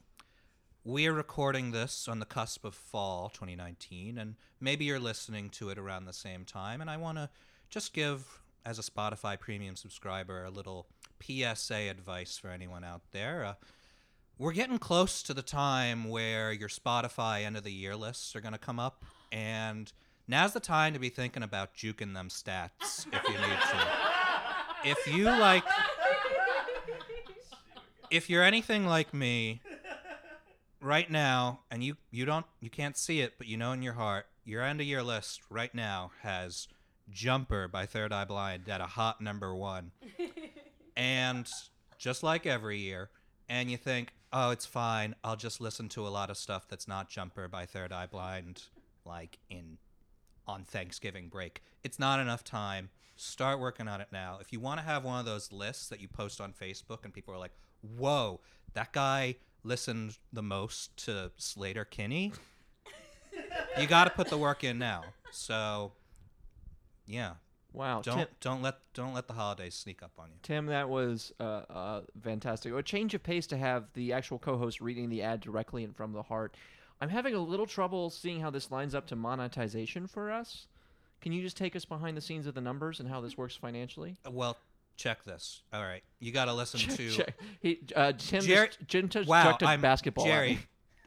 Speaker 3: we're recording this on the cusp of fall 2019, and maybe you're listening to it around the same time. And I want to just give, as a Spotify premium subscriber, a little PSA advice for anyone out there. Uh, we're getting close to the time where your Spotify end of the year lists are going to come up, and now's the time to be thinking about juking them stats if you need to. If you like, if you're anything like me, right now, and you you don't you can't see it, but you know in your heart, your end of year list right now has "Jumper" by Third Eye Blind at a hot number one, and just like every year, and you think oh, it's fine. I'll just listen to a lot of stuff that's not Jumper by Third Eye Blind, like in on Thanksgiving break. It's not enough time. Start working on it now. If you want to have one of those lists that you post on Facebook and people are like, whoa, that guy listened the most to Slater Kinney, you got to put the work in now. So, yeah.
Speaker 2: Wow.
Speaker 3: Don't
Speaker 2: Tim,
Speaker 3: don't let don't let the holidays sneak up on you.
Speaker 2: Tim, that was uh, uh, fantastic. A change of pace to have the actual co-host reading the ad directly and from the heart. I'm having a little trouble seeing how this lines up to monetization for us. Can you just take us behind the scenes of the numbers and how this works financially?
Speaker 3: Well, check this. All right, you got to listen
Speaker 2: (laughs)
Speaker 3: to
Speaker 2: Check- He, uh, Tim,
Speaker 3: Jerry-
Speaker 2: just, Jim just
Speaker 3: wow.
Speaker 2: chucked a
Speaker 3: I'm
Speaker 2: basketball. at me.
Speaker 3: Jerry.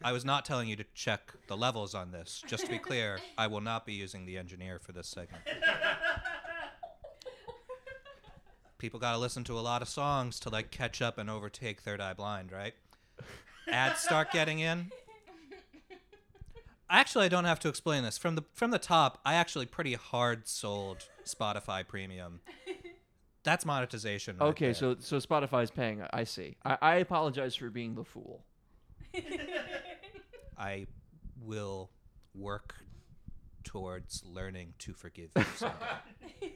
Speaker 3: I was not telling you to check the levels on this. Just to be clear, I will not be using the engineer for this segment. People got to listen to a lot of songs to like catch up and overtake Third Eye Blind, right? Ads start getting in. Actually, I don't have to explain this. From the from the top, I actually pretty hard sold Spotify Premium. That's monetization. right
Speaker 2: Okay,
Speaker 3: there.
Speaker 2: so so Spotify's paying. I see. I, I apologize for being the fool.
Speaker 3: I will work towards learning to forgive you. someday.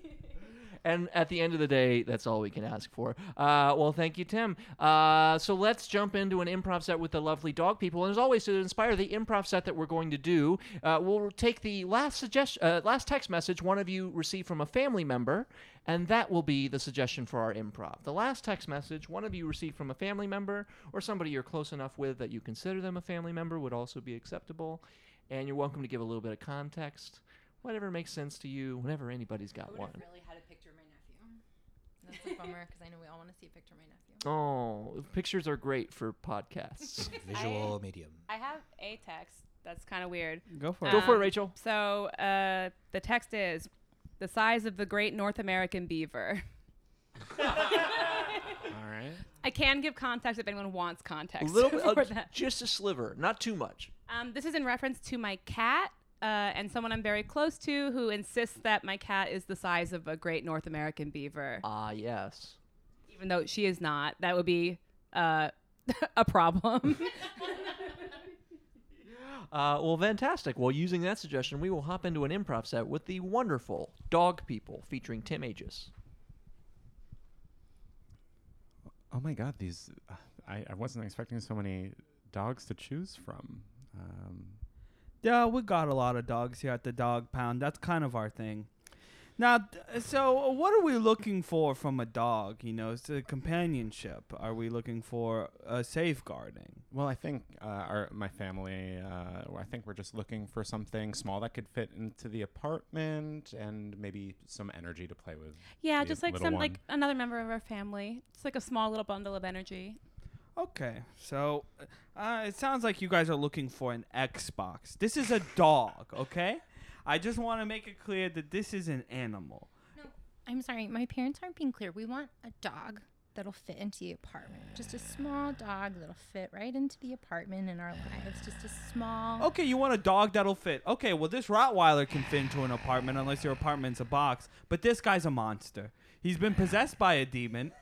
Speaker 2: And at the end of the day, that's all we can ask for. Uh, well, thank you, Tim. Uh, so let's jump into an improv set with the lovely dog people. And as always, to inspire the improv set that we're going to do, uh, we'll take the last suggestion, uh, last text message one of you received from a family member, and that will be the suggestion for our improv. The last text message one of you received from a family member or somebody you're close enough with that you consider them a family member would also be acceptable. And you're welcome to give a little bit of context, whatever makes sense to you, whenever anybody's
Speaker 7: I
Speaker 2: got
Speaker 7: would have
Speaker 2: one.
Speaker 7: really had a picture of my nephew. That's a bummer because I know we all want to see a picture of my nephew.
Speaker 2: Oh, pictures are great for
Speaker 6: (laughs)
Speaker 2: podcasts.
Speaker 3: Visual medium.
Speaker 6: I have a text that's kind of weird.
Speaker 8: Go for
Speaker 2: Go
Speaker 8: it.
Speaker 2: for it,
Speaker 6: Um,
Speaker 2: Rachel.
Speaker 6: So uh, the text is the size of the great North American beaver.
Speaker 5: All
Speaker 6: (laughs)
Speaker 5: right.
Speaker 6: I can give context if anyone wants context
Speaker 2: uh,
Speaker 6: (laughs) for that.
Speaker 2: just a sliver, not too much.
Speaker 6: Um, this is in reference to my cat uh, and someone I'm very close to who insists that my cat is the size of a great North American beaver,
Speaker 2: Ah, yes.
Speaker 6: even though she is not. That would be uh, (laughs)
Speaker 5: (laughs)
Speaker 6: a problem. (laughs)
Speaker 2: Uh, well, fantastic. Well, using that suggestion, we will hop into an improv set with the wonderful Dog People featuring Tim Aegis.
Speaker 5: Oh my God, these. Uh, I, I wasn't expecting so many dogs to choose from. Um,
Speaker 8: Yeah, we got a lot of dogs here at the dog pound. That's kind of our thing. Now, th- so what are we looking for from a dog? You know, it's a companionship. Are we looking for a safeguarding?
Speaker 5: well, I think uh, our my family. Uh, I think we're just looking for something small that could fit into the apartment and maybe some energy to play with.
Speaker 6: yeah,
Speaker 5: the
Speaker 6: just like
Speaker 5: little
Speaker 6: some
Speaker 5: one.
Speaker 6: like another member of our family. It's like a small little bundle of energy.
Speaker 8: Okay, so uh, it sounds like you guys are looking for an Xbox. This is a dog, okay? I just want to make it clear that this is an animal.
Speaker 7: I'm sorry, my parents aren't being clear. We want a dog that'll fit into the apartment. Just a small dog that'll fit right into the apartment in our lives. Just a small.
Speaker 8: Okay, you want a dog that'll fit. Okay, well, this Rottweiler can fit into an apartment unless your apartment's a box, but this guy's a monster. He's been possessed by a demon.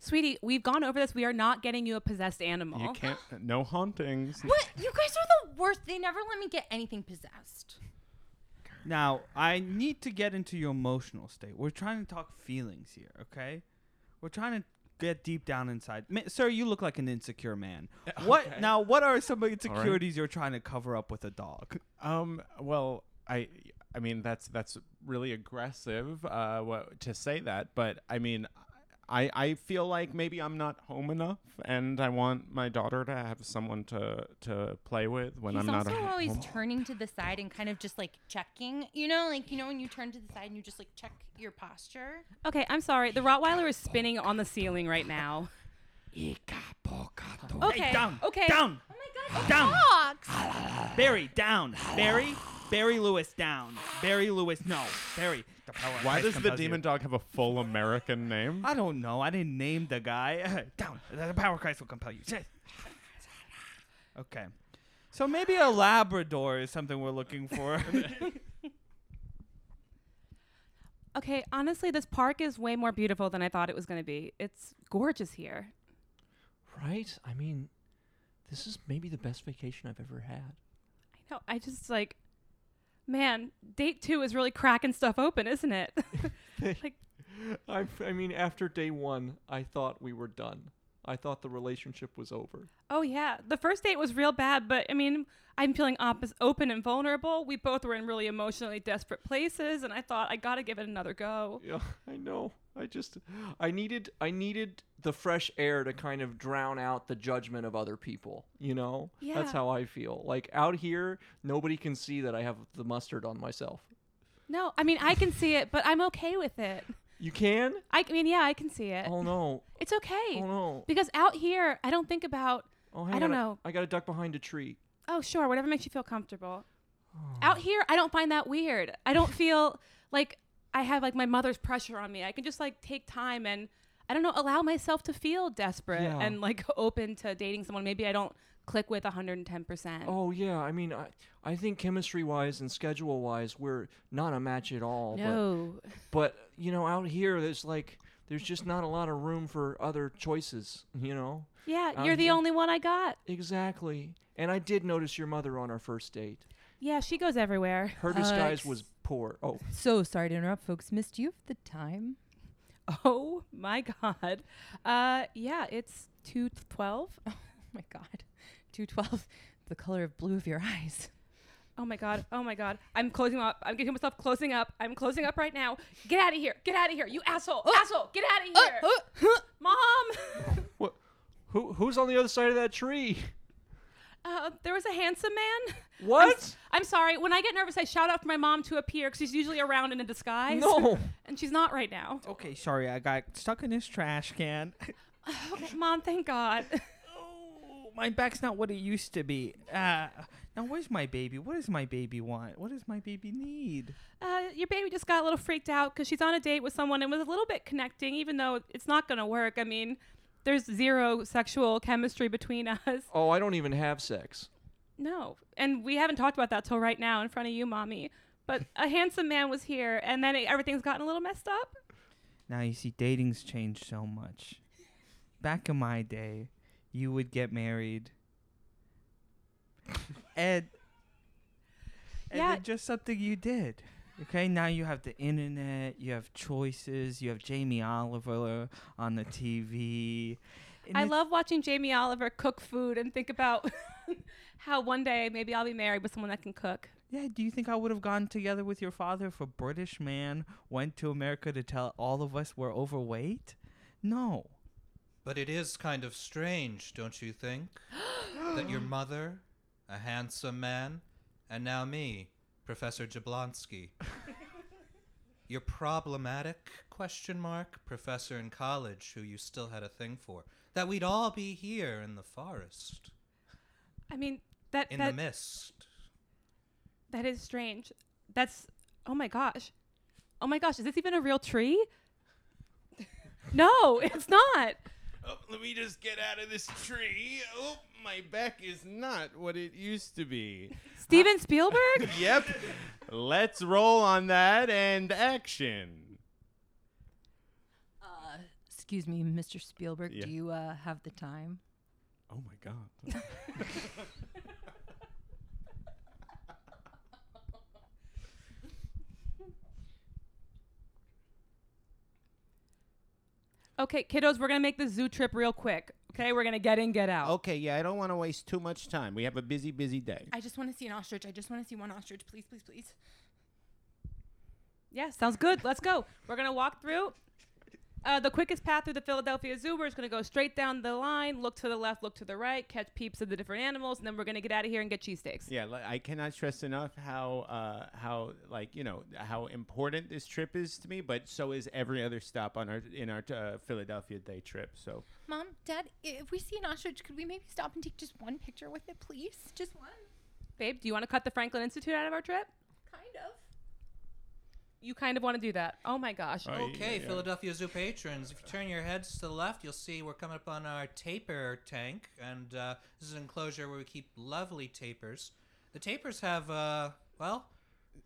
Speaker 6: Sweetie, we've gone over this. We are not getting you a possessed animal.
Speaker 5: You can't. No hauntings.
Speaker 7: What? You guys are the worst. They never let me get anything possessed.
Speaker 8: Now, I need to get into your emotional state. We're trying to talk feelings here, okay? We're trying to get deep down inside. Ma- sir, you look like an
Speaker 5: (laughs)
Speaker 8: insecure man. What now? What are some insecurities you're trying to cover up with a dog?
Speaker 5: Um. Well, I. I mean, that's that's really aggressive. Uh, what, to say that, but I mean, I I feel like maybe I'm not home enough, and I want my daughter to have someone to to play with when
Speaker 7: He's
Speaker 5: I'm not
Speaker 7: also
Speaker 5: at
Speaker 7: always
Speaker 5: home.
Speaker 7: turning to the side and kind of just like checking. You know, like you know when you turn to the side and you just like check your posture.
Speaker 6: Okay, I'm sorry. The Rottweiler is spinning on the ceiling right now. Okay.
Speaker 8: Hey, down,
Speaker 6: okay.
Speaker 8: down,
Speaker 7: Oh my god,
Speaker 8: Down.
Speaker 7: dogs!
Speaker 8: Barry, down, Barry, Barry Lewis, down, Barry Lewis. No, Barry. The power of
Speaker 5: Why
Speaker 8: Christ
Speaker 5: does the
Speaker 8: compels you.
Speaker 5: demon dog have a full American name?
Speaker 8: I don't know. I didn't name the guy. (laughs) Down. The power of Christ will compel you. okay. So maybe a Labrador is something we're looking for.
Speaker 6: Okay, honestly, this park is way more beautiful than I thought it was going to be. It's gorgeous here.
Speaker 2: Right? I mean, this is maybe the best vacation I've ever had.
Speaker 6: I know. I just like, man, date two is really cracking stuff open, isn't it? (laughs) like,
Speaker 2: (laughs) I, I mean, after day one, I thought we were done. I thought the relationship was over.
Speaker 6: oh yeah, the first date was real bad, but I mean, I'm feeling oppos open and vulnerable. We both were in really emotionally desperate places, and I thought I got to give it another go.
Speaker 2: Yeah, (laughs) I know. I just, I needed, I needed the fresh air to kind of drown out the judgment of other people. You know, that's
Speaker 6: Yeah.
Speaker 2: how I feel. Like out here, nobody can see that I have the mustard on myself.
Speaker 6: No, I mean, I can see it, but I'm okay with it.
Speaker 2: You can?
Speaker 6: I, I mean, yeah, I can see it.
Speaker 2: Oh no!
Speaker 6: It's okay.
Speaker 2: Oh no!
Speaker 6: Because out here, I don't think about,
Speaker 2: Oh,
Speaker 6: I
Speaker 2: hang
Speaker 6: don't
Speaker 2: on.
Speaker 6: know.
Speaker 2: I got to duck behind a tree.
Speaker 6: oh, sure, whatever makes you feel comfortable. Out here, I don't find that weird. I don't feel like I have like my mother's pressure on me. I can just like take time and I don't know, allow myself to feel desperate
Speaker 2: Yeah.
Speaker 6: and like (laughs) open to dating someone maybe I don't click with 110%.
Speaker 2: Oh yeah, I mean, I, I think chemistry wise and schedule wise, we're not a match at all.
Speaker 6: no.
Speaker 2: But, but you know, out here, there's like, there's just not a lot of room for other choices. You know,
Speaker 6: yeah,
Speaker 2: out
Speaker 6: you're the
Speaker 2: here-
Speaker 6: only one I got.
Speaker 2: exactly. And I did notice your mother on our first date.
Speaker 6: Yeah, she goes everywhere.
Speaker 2: Her disguise
Speaker 7: Yikes.
Speaker 2: was poor. Oh,
Speaker 7: So sorry to interrupt, folks. Missed you at the time.
Speaker 6: (laughs) Oh my god. Uh yeah, it's 212. (laughs)
Speaker 7: Oh my God. 212, the color of blue of your eyes.
Speaker 6: (laughs) Oh my god! Oh my god! I'm closing up. I'm getting myself closing up. I'm closing up right now. Get out of here! Get out of here! You asshole! Oh, Asshole! Get out of here! Mom!
Speaker 2: what? Who who's on the other side of that tree?
Speaker 6: uh, there was a handsome man. I'm,
Speaker 2: What?
Speaker 6: s- I'm sorry. When I get nervous, I shout out for my mom to appear because she's usually around in a disguise.
Speaker 2: No.
Speaker 6: and she's not right now.
Speaker 8: Okay, sorry, I got stuck in this trash can. (laughs)
Speaker 6: Okay, mom, thank God. (laughs)
Speaker 8: Oh, my back's not what it used to be. Uh, now where's my baby? What does my baby want? What does my baby need?
Speaker 6: Uh, your baby just got a little freaked out because she's on a date with someone and was a little bit connecting, even though it's not gonna work. I mean, there's zero sexual chemistry between (laughs) us.
Speaker 2: Oh, I don't even have sex.
Speaker 6: No. And we haven't talked about that till right now in front of you, mommy. But a handsome man was here, and then it, everything's gotten a little messed up.
Speaker 8: Now you see, dating's changed so much. Back in my day, you would get
Speaker 6: (laughs)
Speaker 8: married, and and
Speaker 6: Yeah.
Speaker 8: then just something you did. Okay, now you have the internet, you have choices, you have Jamie Oliver on the TV. and
Speaker 6: I
Speaker 8: it's-
Speaker 6: love watching Jamie Oliver cook food and think about (laughs) how one day maybe I'll be married with someone that can cook.
Speaker 8: Yeah, do you think I would have gotten together with your father if a British man went to America to tell all of us we're overweight? No.
Speaker 3: But it is kind of strange, don't you think? that your mother, a handsome man, and now me, Professor Jablonski. your problematic question mark professor in college who you still had a thing for. That we'd all be here in the forest,
Speaker 6: I mean, that
Speaker 3: in the
Speaker 6: that,
Speaker 3: mist.
Speaker 6: that is strange. That's oh my gosh. Oh my gosh, is this even a real tree? no, it's not.
Speaker 5: (laughs) Oh, let me just get out of this tree. Oh, my back is not what it used to be. (laughs)
Speaker 6: Steven Spielberg?
Speaker 5: yep. Let's roll on that and action.
Speaker 7: Uh, excuse me, Mr. Spielberg,
Speaker 5: Yeah.
Speaker 7: do you uh, have the time?
Speaker 5: Oh my god.
Speaker 6: Okay, kiddos, we're gonna make the zoo trip real quick. Okay, we're gonna get in, get out.
Speaker 5: Okay, yeah, I don't want to waste too much time. We have a busy, busy day.
Speaker 7: I just want to see an ostrich. I just want to see one ostrich. Please, please, please.
Speaker 6: Yeah, sounds good. Let's go. We're gonna walk through. Uh, the quickest path through the Philadelphia Zoo. We're just gonna go straight down the line, look to the left, look to the right, catch peeps of the different animals, and then we're gonna get out of here and get cheesesteaks.
Speaker 5: Yeah, li- I cannot stress enough how uh, how like you know how important this trip is to me, but so is every other stop on our in our uh, Philadelphia day trip. So
Speaker 7: Mom, Dad, i- if we see an ostrich, could we maybe stop and take just one picture with it, please? Just one,
Speaker 6: Babe, do you want to cut the Franklin Institute out of our trip?
Speaker 7: kind of.
Speaker 6: You kind of want to do that. Oh my gosh.
Speaker 5: Oh, yeah,
Speaker 3: Okay,
Speaker 5: yeah.
Speaker 3: Philadelphia Zoo patrons, if you turn your heads to the left, you'll see we're coming up on our taper tank, and uh, this is an enclosure where we keep lovely tapers. The tapers have, uh, well,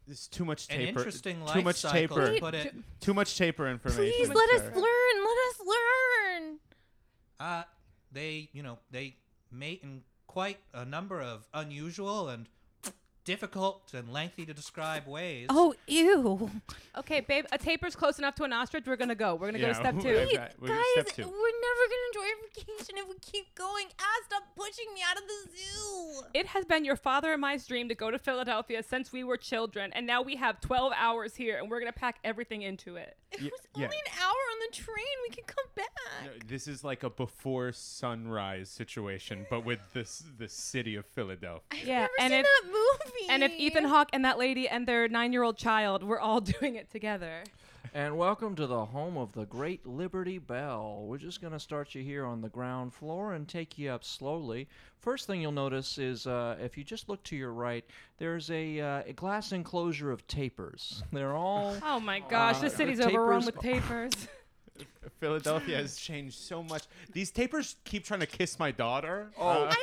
Speaker 5: It's too much
Speaker 3: An
Speaker 5: taper.
Speaker 3: interesting life
Speaker 5: too much
Speaker 3: cycle
Speaker 5: taper.
Speaker 3: to
Speaker 7: Wait,
Speaker 3: put it.
Speaker 5: Too much taper information.
Speaker 7: Please
Speaker 5: is
Speaker 7: let us
Speaker 5: there.
Speaker 7: learn. Let us learn.
Speaker 3: Uh, they, you know, they mate in quite a number of unusual and difficult and lengthy to describe ways.
Speaker 7: Oh, ew.
Speaker 6: Okay, babe, a taper's close enough to an ostrich. We're gonna go. We're gonna go
Speaker 5: (laughs)
Speaker 6: to step
Speaker 5: Yeah,
Speaker 6: two.
Speaker 5: I've got- we're
Speaker 7: Guys,
Speaker 5: gonna
Speaker 7: we're
Speaker 5: step
Speaker 7: never
Speaker 5: two.
Speaker 7: gonna enjoy our vacation if we keep going. Ah, stop pushing me out of the zoo.
Speaker 6: It has been your father and my dream to go to Philadelphia since we were children, and now we have 12 hours here, and we're gonna pack everything into it.
Speaker 7: It
Speaker 5: Ye-
Speaker 7: was
Speaker 5: yeah.
Speaker 7: only an hour on the train. We can come back.
Speaker 5: No, this is like a before sunrise situation, but with this the city of Philadelphia.
Speaker 7: I've
Speaker 6: Yeah,
Speaker 7: never
Speaker 6: and
Speaker 7: seen
Speaker 6: if-
Speaker 7: that movie.
Speaker 6: And if Ethan Hawke and that lady and their nine-year-old child, we're all (laughs) doing it together.
Speaker 2: And welcome to the home of the Great Liberty Bell. We're just going to start you here on the ground floor and take you up slowly. First thing you'll notice is uh, if you just look to your right, there's a, uh, a glass enclosure of tapers. They're all.
Speaker 6: Oh my gosh,
Speaker 2: Uh,
Speaker 6: the city's
Speaker 2: tapers- (laughs)
Speaker 6: overrun with papers.
Speaker 5: Philadelphia has changed so much. These tapers keep trying to kiss my daughter. Oh,
Speaker 7: (laughs) Uh. I like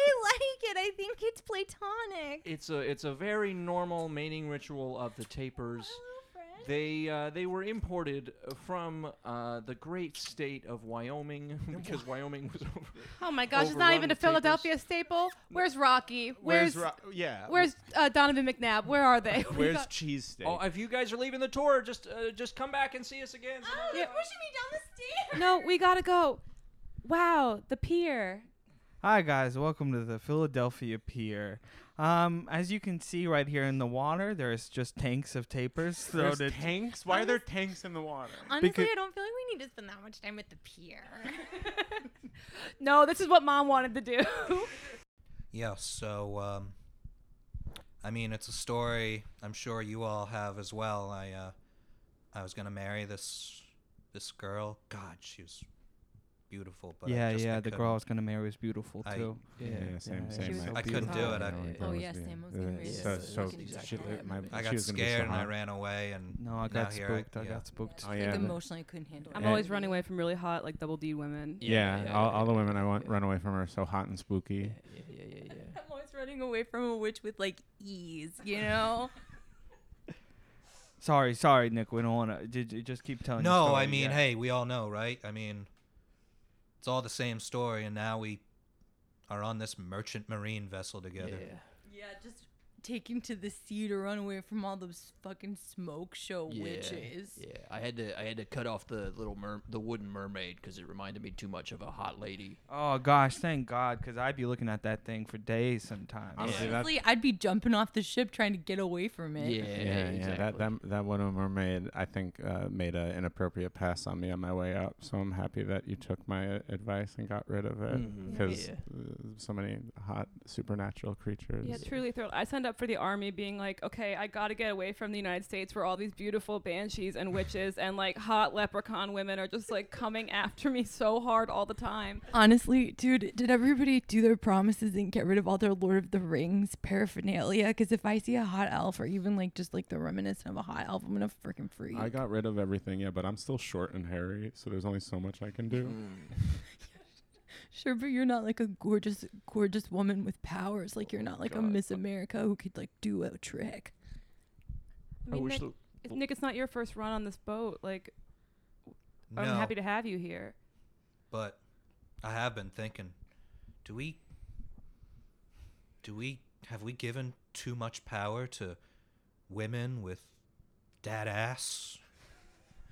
Speaker 7: it. I think it's platonic.
Speaker 2: It's a it's a very normal mating ritual of the tapers. They uh, they were imported from uh, the great state of Wyoming (laughs) because Wyoming was over.
Speaker 6: Oh my gosh, it's
Speaker 2: Overrun
Speaker 6: not even a
Speaker 2: with papers.
Speaker 6: Philadelphia staple. Where's Rocky? Where's
Speaker 5: where's
Speaker 6: Where's,
Speaker 5: Ro- yeah?
Speaker 6: uh, Donovan McNabb? Where are they? (laughs) We
Speaker 5: where's
Speaker 6: got-
Speaker 5: cheesesteak?
Speaker 2: Oh, if you guys are leaving the tour, just uh, just come back and see us again.
Speaker 6: (laughs)
Speaker 7: Oh, you're pushing me down the stairs.
Speaker 6: no, we gotta go. Wow, the pier.
Speaker 8: Hi guys, welcome to the Philadelphia Pier. Um, as you can see right here in the water, there's just tanks of tapers
Speaker 5: There's
Speaker 8: thrown. in-
Speaker 5: tanks. Why are there tanks in the water?
Speaker 7: Honestly,
Speaker 8: Because-
Speaker 7: I don't feel like we need to spend that much time at the pier.
Speaker 6: No, this is what mom wanted to do.
Speaker 3: Yeah, so um I mean it's a story I'm sure you all have as well. I uh I was gonna marry this this girl. God, she was beautiful, but I
Speaker 8: yeah,
Speaker 3: just- I
Speaker 8: yeah, the girl I
Speaker 3: couldn't-
Speaker 8: was gonna marry was beautiful
Speaker 3: I-
Speaker 8: too.
Speaker 5: Yeah, same,
Speaker 8: yeah,
Speaker 5: same.
Speaker 8: she was so
Speaker 3: I couldn't do
Speaker 8: beautiful.
Speaker 3: it. I-
Speaker 7: Oh, yeah, Sam was gonna raise
Speaker 5: so,
Speaker 7: it.
Speaker 5: so,
Speaker 7: Fucking
Speaker 5: she-
Speaker 7: exactly.
Speaker 5: my-
Speaker 3: I
Speaker 5: she
Speaker 3: got
Speaker 5: was gonna be so
Speaker 3: scared and I
Speaker 5: hot.
Speaker 3: ran away and
Speaker 8: No, I
Speaker 3: now
Speaker 8: got
Speaker 3: here
Speaker 8: spooked. I
Speaker 3: yeah.
Speaker 8: got spooked.
Speaker 5: Oh yeah.
Speaker 7: like
Speaker 5: the-
Speaker 7: emotionally, I couldn't handle
Speaker 8: I'm
Speaker 7: it.
Speaker 8: Yeah. always
Speaker 6: running away from really hot, like double D women.
Speaker 5: yeah,
Speaker 2: yeah,
Speaker 5: all,
Speaker 2: yeah,
Speaker 5: all the
Speaker 2: yeah,
Speaker 5: women I want
Speaker 2: yeah.
Speaker 5: run away from are so hot and spooky.
Speaker 2: Yeah, yeah, yeah, yeah.
Speaker 7: I'm always running away from a witch with like ease, you know.
Speaker 8: Sorry, sorry, Nick. We don't want to. Did you just keep telling? your
Speaker 3: No,
Speaker 8: story,
Speaker 3: I mean,
Speaker 8: yeah.
Speaker 3: hey, we all know, right? I mean it's all the same story and now we are on this merchant marine vessel together.
Speaker 7: yeah, just taking to the sea to run away from all those fucking smoke show witches.
Speaker 9: Yeah, I had to I had to cut off the little mer- the wooden mermaid because it reminded me too much of a hot lady.
Speaker 8: Oh gosh, thank God, because I'd be looking at that thing for days sometimes.
Speaker 5: Honestly, that
Speaker 7: Honestly, I'd be jumping off the ship trying to get away from it.
Speaker 9: Yeah,
Speaker 5: yeah, yeah. That that that one mermaid, I think, uh, made an inappropriate pass on me on my way up. So I'm happy that you took my uh, advice and got rid of it
Speaker 3: Mm-hmm.
Speaker 2: Mhm.
Speaker 5: because
Speaker 9: Yeah.
Speaker 5: so many hot supernatural creatures.
Speaker 6: Yeah, truly thrilled. I signed up for the army being like, okay, I gotta get away from the United States where all these beautiful banshees and witches and like hot leprechaun women are just like coming after me so hard all the time.
Speaker 7: Honestly, dude, did everybody do their promises and get rid of all their Lord of the Rings paraphernalia? Because if I see a hot elf or even like just like the reminiscent of a hot elf, I'm gonna freaking freak.
Speaker 5: I got rid of everything, yeah, but I'm still short and hairy, so there's only so much I can
Speaker 2: Mm-hmm.
Speaker 5: do.
Speaker 2: Hmm.
Speaker 7: Sure, but you're not like a gorgeous, gorgeous woman with powers. Like you're not like a Miss America who could like do a trick.
Speaker 6: I mean, Nick,
Speaker 2: the-
Speaker 6: it's- Nick, it's not your first run on this boat. Like,
Speaker 3: No.
Speaker 6: I'm happy to have you here.
Speaker 3: but I have been thinking, do we do we have we given too much power to women with dad ass?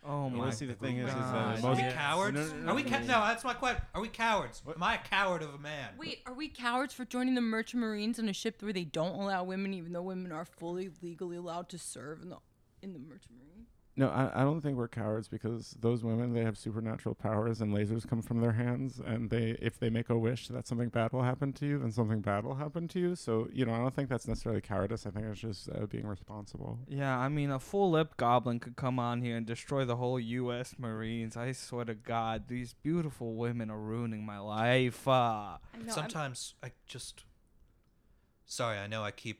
Speaker 8: oh
Speaker 5: Well,
Speaker 8: my.
Speaker 5: see, the thing is, is
Speaker 8: God.
Speaker 5: that
Speaker 3: Are
Speaker 5: most
Speaker 3: we
Speaker 8: Yeah.
Speaker 3: cowards?
Speaker 5: No, no, no,
Speaker 3: Are we
Speaker 5: no,
Speaker 3: ca-
Speaker 5: no.
Speaker 3: no, that's my question. Are we cowards? Am I a coward of a man?
Speaker 7: Wait, are we cowards for joining the merchant marines on a ship where they don't allow women, even though women are fully legally allowed to serve in the in the merchant marine?
Speaker 5: no, I, I don't think we're cowards because those women they have supernatural powers and lasers come from their hands, and they if they make a wish that something bad will happen to you, then something bad will happen to you. So you know, I don't think that's necessarily cowardice. I think it's just uh, being responsible.
Speaker 8: Yeah, I mean, a full lip goblin could come on here and destroy the whole U.S. Marines. I swear to God, these beautiful women are ruining my life. Uh,
Speaker 6: I know,
Speaker 3: Sometimes i just Sorry, I know I keep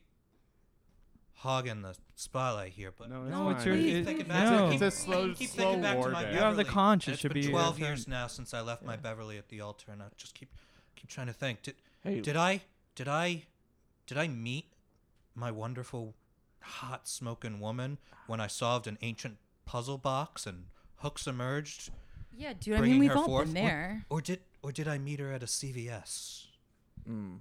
Speaker 3: hogging the spotlight here, but
Speaker 5: No,
Speaker 8: no, it's
Speaker 5: fine.
Speaker 8: your.
Speaker 6: Please
Speaker 8: it-
Speaker 3: thinking back
Speaker 8: no.
Speaker 3: to keep,
Speaker 5: It's a slow-
Speaker 3: I keep
Speaker 5: slow
Speaker 3: thinking back to
Speaker 5: war down.
Speaker 3: my Beverly.
Speaker 5: You
Speaker 8: have the conscience,
Speaker 3: and
Speaker 8: should
Speaker 3: It's
Speaker 8: be
Speaker 3: been
Speaker 8: your
Speaker 3: twelve
Speaker 8: turn.
Speaker 3: years now since I left my Beverly at the altar, and I just keep keep trying to think. Did
Speaker 2: Hey,
Speaker 3: did I did I did I meet my wonderful hot smoking woman when I solved an ancient puzzle box and hooks emerged,
Speaker 7: Yeah, dude. I
Speaker 3: bringing
Speaker 7: mean, we've
Speaker 3: her
Speaker 7: all
Speaker 3: forth?
Speaker 7: been
Speaker 3: Or-
Speaker 7: there.
Speaker 3: Or, did or did I meet her at a CVS?
Speaker 2: hmm,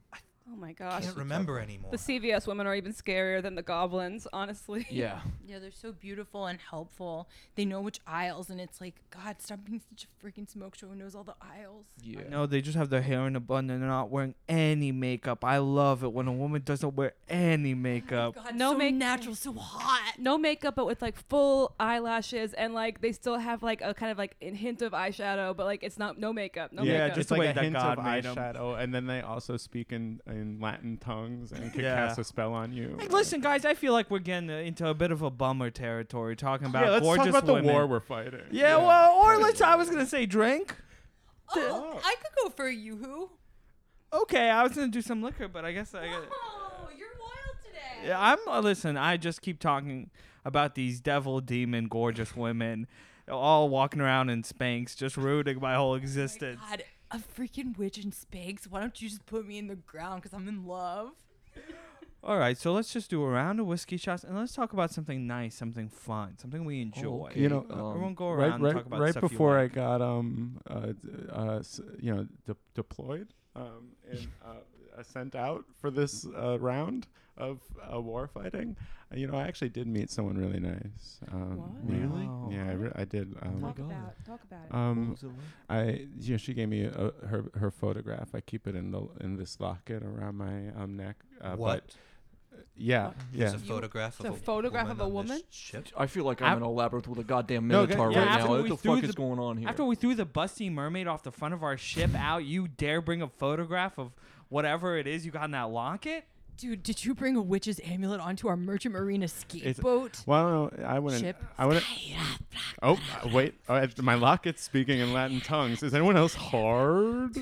Speaker 6: Oh my
Speaker 3: I
Speaker 6: gosh.
Speaker 3: can't remember anymore.
Speaker 6: The CVS women are even scarier than the goblins, honestly.
Speaker 2: Yeah.
Speaker 7: Yeah, they're so beautiful and helpful. They know which aisles, and it's like, God, stop being such a freaking smoke show who knows all the aisles.
Speaker 2: Yeah.
Speaker 8: No, they just have their hair in a bun and they're not wearing any makeup. I love it when a woman doesn't wear any makeup.
Speaker 7: God,
Speaker 6: No
Speaker 7: so
Speaker 6: make-
Speaker 7: natural, so hot.
Speaker 6: (laughs) No makeup, but with like full eyelashes, and like they still have like a kind of like a hint of eyeshadow, but like it's not no makeup, no
Speaker 5: yeah,
Speaker 6: makeup.
Speaker 5: just
Speaker 8: the
Speaker 5: like
Speaker 8: way
Speaker 5: a
Speaker 8: that
Speaker 5: hint
Speaker 8: God
Speaker 5: of
Speaker 8: made 'em.
Speaker 5: eyeshadow, and then they also speak in, in Latin tongues and can
Speaker 8: Yeah.
Speaker 5: cast a spell on you.
Speaker 8: Hey, listen, guys, I feel like we're getting uh, into a bit of a bummer territory talking about
Speaker 5: yeah, let's
Speaker 8: gorgeous
Speaker 5: talk about
Speaker 8: women.
Speaker 5: the war we're fighting.
Speaker 8: yeah, well, or let's. I was gonna say drink.
Speaker 7: Oh, I could go for a yoo-hoo.
Speaker 8: Okay, I was gonna do some liquor, but I guess I. got
Speaker 7: Oh, you're wild today.
Speaker 8: Yeah, I'm uh, listen. I just keep talking about these devil, demon, gorgeous women, all walking around in spanks, just ruining my whole existence.
Speaker 7: Oh God, a freaking witch in Spags. Why don't you just put me in the ground? Cause I'm in love.
Speaker 8: all right, so let's just do a round of whiskey shots and let's talk about something nice, something fun, something we enjoy.
Speaker 2: Okay.
Speaker 5: you know, uh,
Speaker 2: Um,
Speaker 8: everyone go around
Speaker 5: right,
Speaker 8: and
Speaker 5: right,
Speaker 8: talk about
Speaker 5: right
Speaker 8: stuff you
Speaker 5: before I
Speaker 8: like.
Speaker 5: got um uh, d- uh s- you know de- deployed um
Speaker 8: (laughs)
Speaker 5: and uh, uh, sent out for this uh, round of uh, war fighting, uh, you know, I actually did meet someone really nice. Um,
Speaker 6: What?
Speaker 5: yeah.
Speaker 2: Really?
Speaker 8: Wow.
Speaker 5: Yeah, I, re- I did.
Speaker 8: Oh
Speaker 5: Um,
Speaker 6: talk
Speaker 2: God.
Speaker 6: about, talk about it.
Speaker 5: um, I you know, she gave me a, her her photograph. I keep it in the in this locket around my um neck. Uh,
Speaker 3: what?
Speaker 5: But yeah, yeah.
Speaker 3: There's a photograph of
Speaker 6: It's
Speaker 3: a,
Speaker 6: a photograph of a
Speaker 3: on this
Speaker 6: woman?
Speaker 3: ship.
Speaker 2: I feel like I'm,
Speaker 8: I'm-
Speaker 2: in a labyrinth with a goddamn
Speaker 5: No,
Speaker 2: minotaur
Speaker 5: yeah,
Speaker 2: right
Speaker 8: after
Speaker 2: now. What
Speaker 8: we
Speaker 2: the
Speaker 8: threw
Speaker 2: fuck
Speaker 8: the-
Speaker 2: is going on here?
Speaker 8: After we threw the busty mermaid off the front of our ship out, you dare bring a photograph of whatever it is you got in that locket?
Speaker 7: Dude, did you bring a witch's amulet onto our merchant marina
Speaker 5: It's-
Speaker 7: skateboat?
Speaker 5: Well, I don't know. I wouldn't.
Speaker 7: Ship.
Speaker 5: I wouldn't. Oh, uh, wait. Oh, I- my locket's speaking in Latin tongues. Is anyone else (laughs) hard?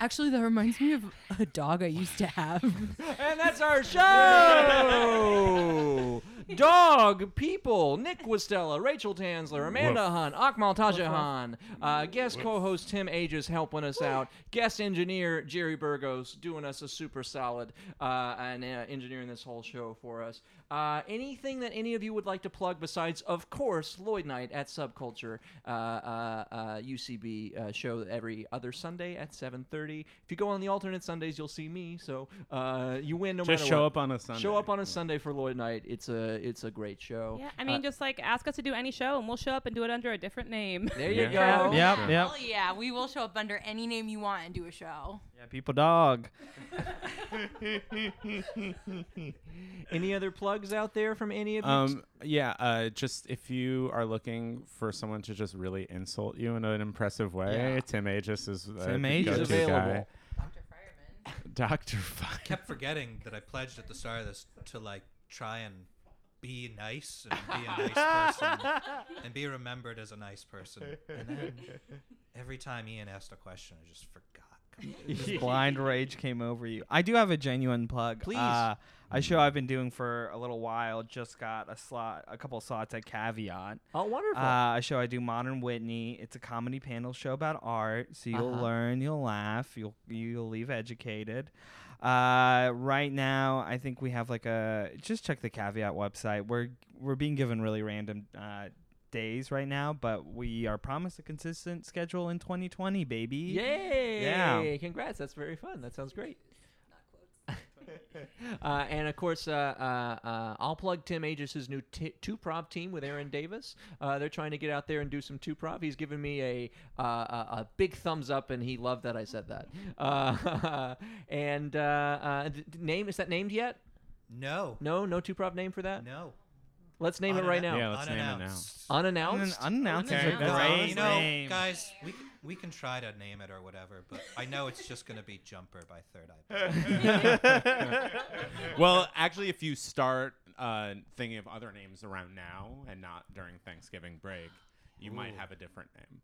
Speaker 7: Actually, that reminds me of a dog I used to have.
Speaker 2: And that's our show. Dog people: Nick Wistella, Rachel Tansler, Amanda Hunt, Akmal Tajahan. Uh, guest co-host Tim Aegis helping us out. Guest engineer Jerry Burgos doing us a super solid uh, and uh, engineering this whole show for us. Uh, anything that any of you would like to plug besides, of course, Lloyd Knight at Subculture uh, uh, uh, UCB uh, show every other Sunday at 7:30. If you go on the alternate Sundays, you'll see me. So uh, you win no
Speaker 5: Just
Speaker 2: matter
Speaker 5: show
Speaker 2: what.
Speaker 5: up on a Sunday.
Speaker 2: Show up on a Sunday for Lloyd Knight. It's a it's a great show.
Speaker 6: yeah, I mean, just like ask us to do any show, and we'll show up and do it under a different name.
Speaker 2: There you
Speaker 5: Yeah.
Speaker 2: go.
Speaker 8: Yep,
Speaker 7: Yeah,
Speaker 8: yep.
Speaker 7: Oh, Hell yeah, we will show up under any name you want and do a show.
Speaker 8: Yeah, people dog.
Speaker 2: Any other plugs out there from any of you?
Speaker 5: Um, yeah, uh, just if you are looking for someone to just really insult you in an impressive way,
Speaker 2: Yeah.
Speaker 5: Tim Aegis is uh,
Speaker 8: Tim
Speaker 5: the
Speaker 8: Aegis.
Speaker 5: go-to
Speaker 2: He's available.
Speaker 5: guy. Dr. Fire.
Speaker 3: kept forgetting that I pledged at the start of this to like try and be nice and be a nice person and be remembered as a nice person. And then every time Ian asked a question, I just forgot.
Speaker 2: (laughs)
Speaker 8: Just blind rage came over you. I do have a genuine plug.
Speaker 2: Please.
Speaker 8: Uh, a show I've been doing for a little while just got a slot, a couple slots at Caveat.
Speaker 2: oh, wonderful.
Speaker 8: Uh, a show I do, Modern Whitney. It's a comedy panel show about art, so you'll
Speaker 2: Uh-huh.
Speaker 8: learn, you'll laugh, you'll you'll leave educated. Uh, right now, I think we have like a just check the Caveat website. We're we're being given really random uh, days right now, but we are promised a consistent schedule in 2020, baby.
Speaker 2: Yay!
Speaker 8: Yeah.
Speaker 2: Congrats. That's very fun. That sounds great. uh, and of course, uh, uh, uh, I'll plug Tim Aegis' new t- two prov team with Aaron Davis. Uh, they're trying to get out there and do some two prov. He's given me a, uh, a a big thumbs up, and he loved that I said that. Uh, (laughs) and uh, uh, d- d- name is that named yet?
Speaker 3: No.
Speaker 2: No, no two prov name for that.
Speaker 3: No.
Speaker 2: Let's name it right now.
Speaker 5: Yeah, let's name it now.
Speaker 8: Un-
Speaker 2: Unannounced.
Speaker 8: unannounced is a
Speaker 5: Unannounced.
Speaker 8: great
Speaker 3: you know,
Speaker 8: name.
Speaker 3: guys, we, c- we can try to name it or whatever, but I know it's just going to be Jumper by Third
Speaker 5: (laughs)
Speaker 3: Eye. Blind.
Speaker 5: well, actually, if you start uh, thinking of other names around now and not during Thanksgiving break, you might have a different name.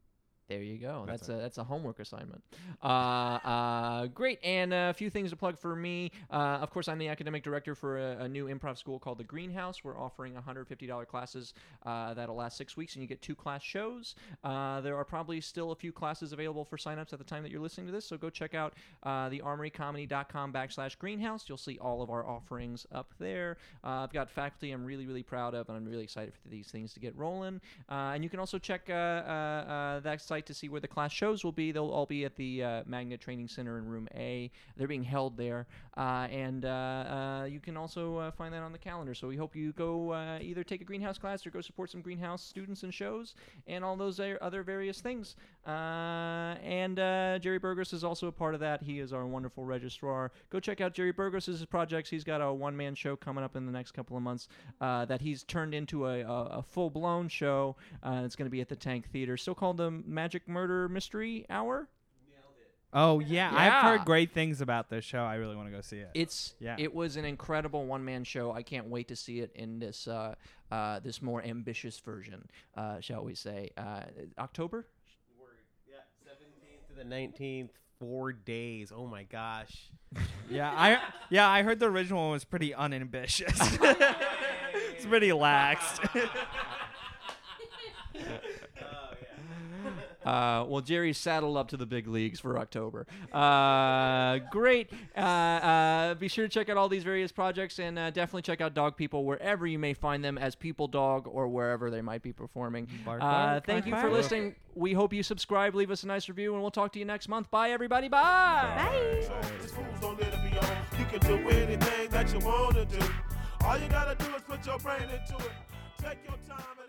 Speaker 2: There you go.
Speaker 5: That's
Speaker 2: That's, a that's a homework assignment. Uh, uh, great. And uh, a few things to plug for me. Uh, of course, I'm the academic director for a, a new improv school called the Greenhouse. We're offering $150 classes uh, that'll last six weeks, and you get two class shows. Uh, there are probably still a few classes available for signups at the time that you're listening to this, so go check out uh, thearmorycomedy.com backslash greenhouse. You'll see all of our offerings up there. Uh, I've got faculty I'm really, really proud of, and I'm really excited for these things to get rolling. Uh, and you can also check uh, uh, uh, that site to see where the class shows will be. They'll all be at the uh, Magnet Training Center in Room A. They're being held there. Uh, and uh, uh, you can also uh, find that on the calendar. So we hope you go uh, either take a greenhouse class or go support some greenhouse students and shows and all those a- other various things. Uh, and uh, Jerry Burgess is also a part of that. He is our wonderful registrar. Go check out Jerry Burgess's projects. He's got a one man show coming up in the next couple of months uh, that he's turned into a, a, a full blown show. Uh, it's going to be at the Tank Theater, still called the Magic Murder Mystery Hour.
Speaker 8: Oh yeah, I've
Speaker 2: Yeah.
Speaker 8: heard great things about this show. I really want to go see it.
Speaker 2: It's
Speaker 8: Yeah.
Speaker 2: it was an incredible one man show. I can't wait to see it in this uh, uh, this more ambitious version, uh, shall we say? Uh, October.
Speaker 4: Yeah, 17th to the 19th, four days. Oh my gosh.
Speaker 8: yeah, I yeah I heard the original one was pretty unambitious. (laughs) it's pretty laxed. (laughs)
Speaker 2: Uh, well, Jerry's saddled up to the big leagues for October. Uh, great. Uh, uh, be sure to check out all these various projects and uh, definitely check out Dog People wherever you may find them as People Dog or wherever they might be performing.
Speaker 8: Bark,
Speaker 2: Uh,
Speaker 8: bark,
Speaker 2: thank
Speaker 8: bark,
Speaker 2: you for
Speaker 8: bark.
Speaker 2: listening. We hope you subscribe, leave us a nice review, and we'll talk to you next month. Bye, everybody. Bye.
Speaker 1: These fools don't let it be on. You can do anything that you wanna do. All you gotta do is put your brain into it. Take your time and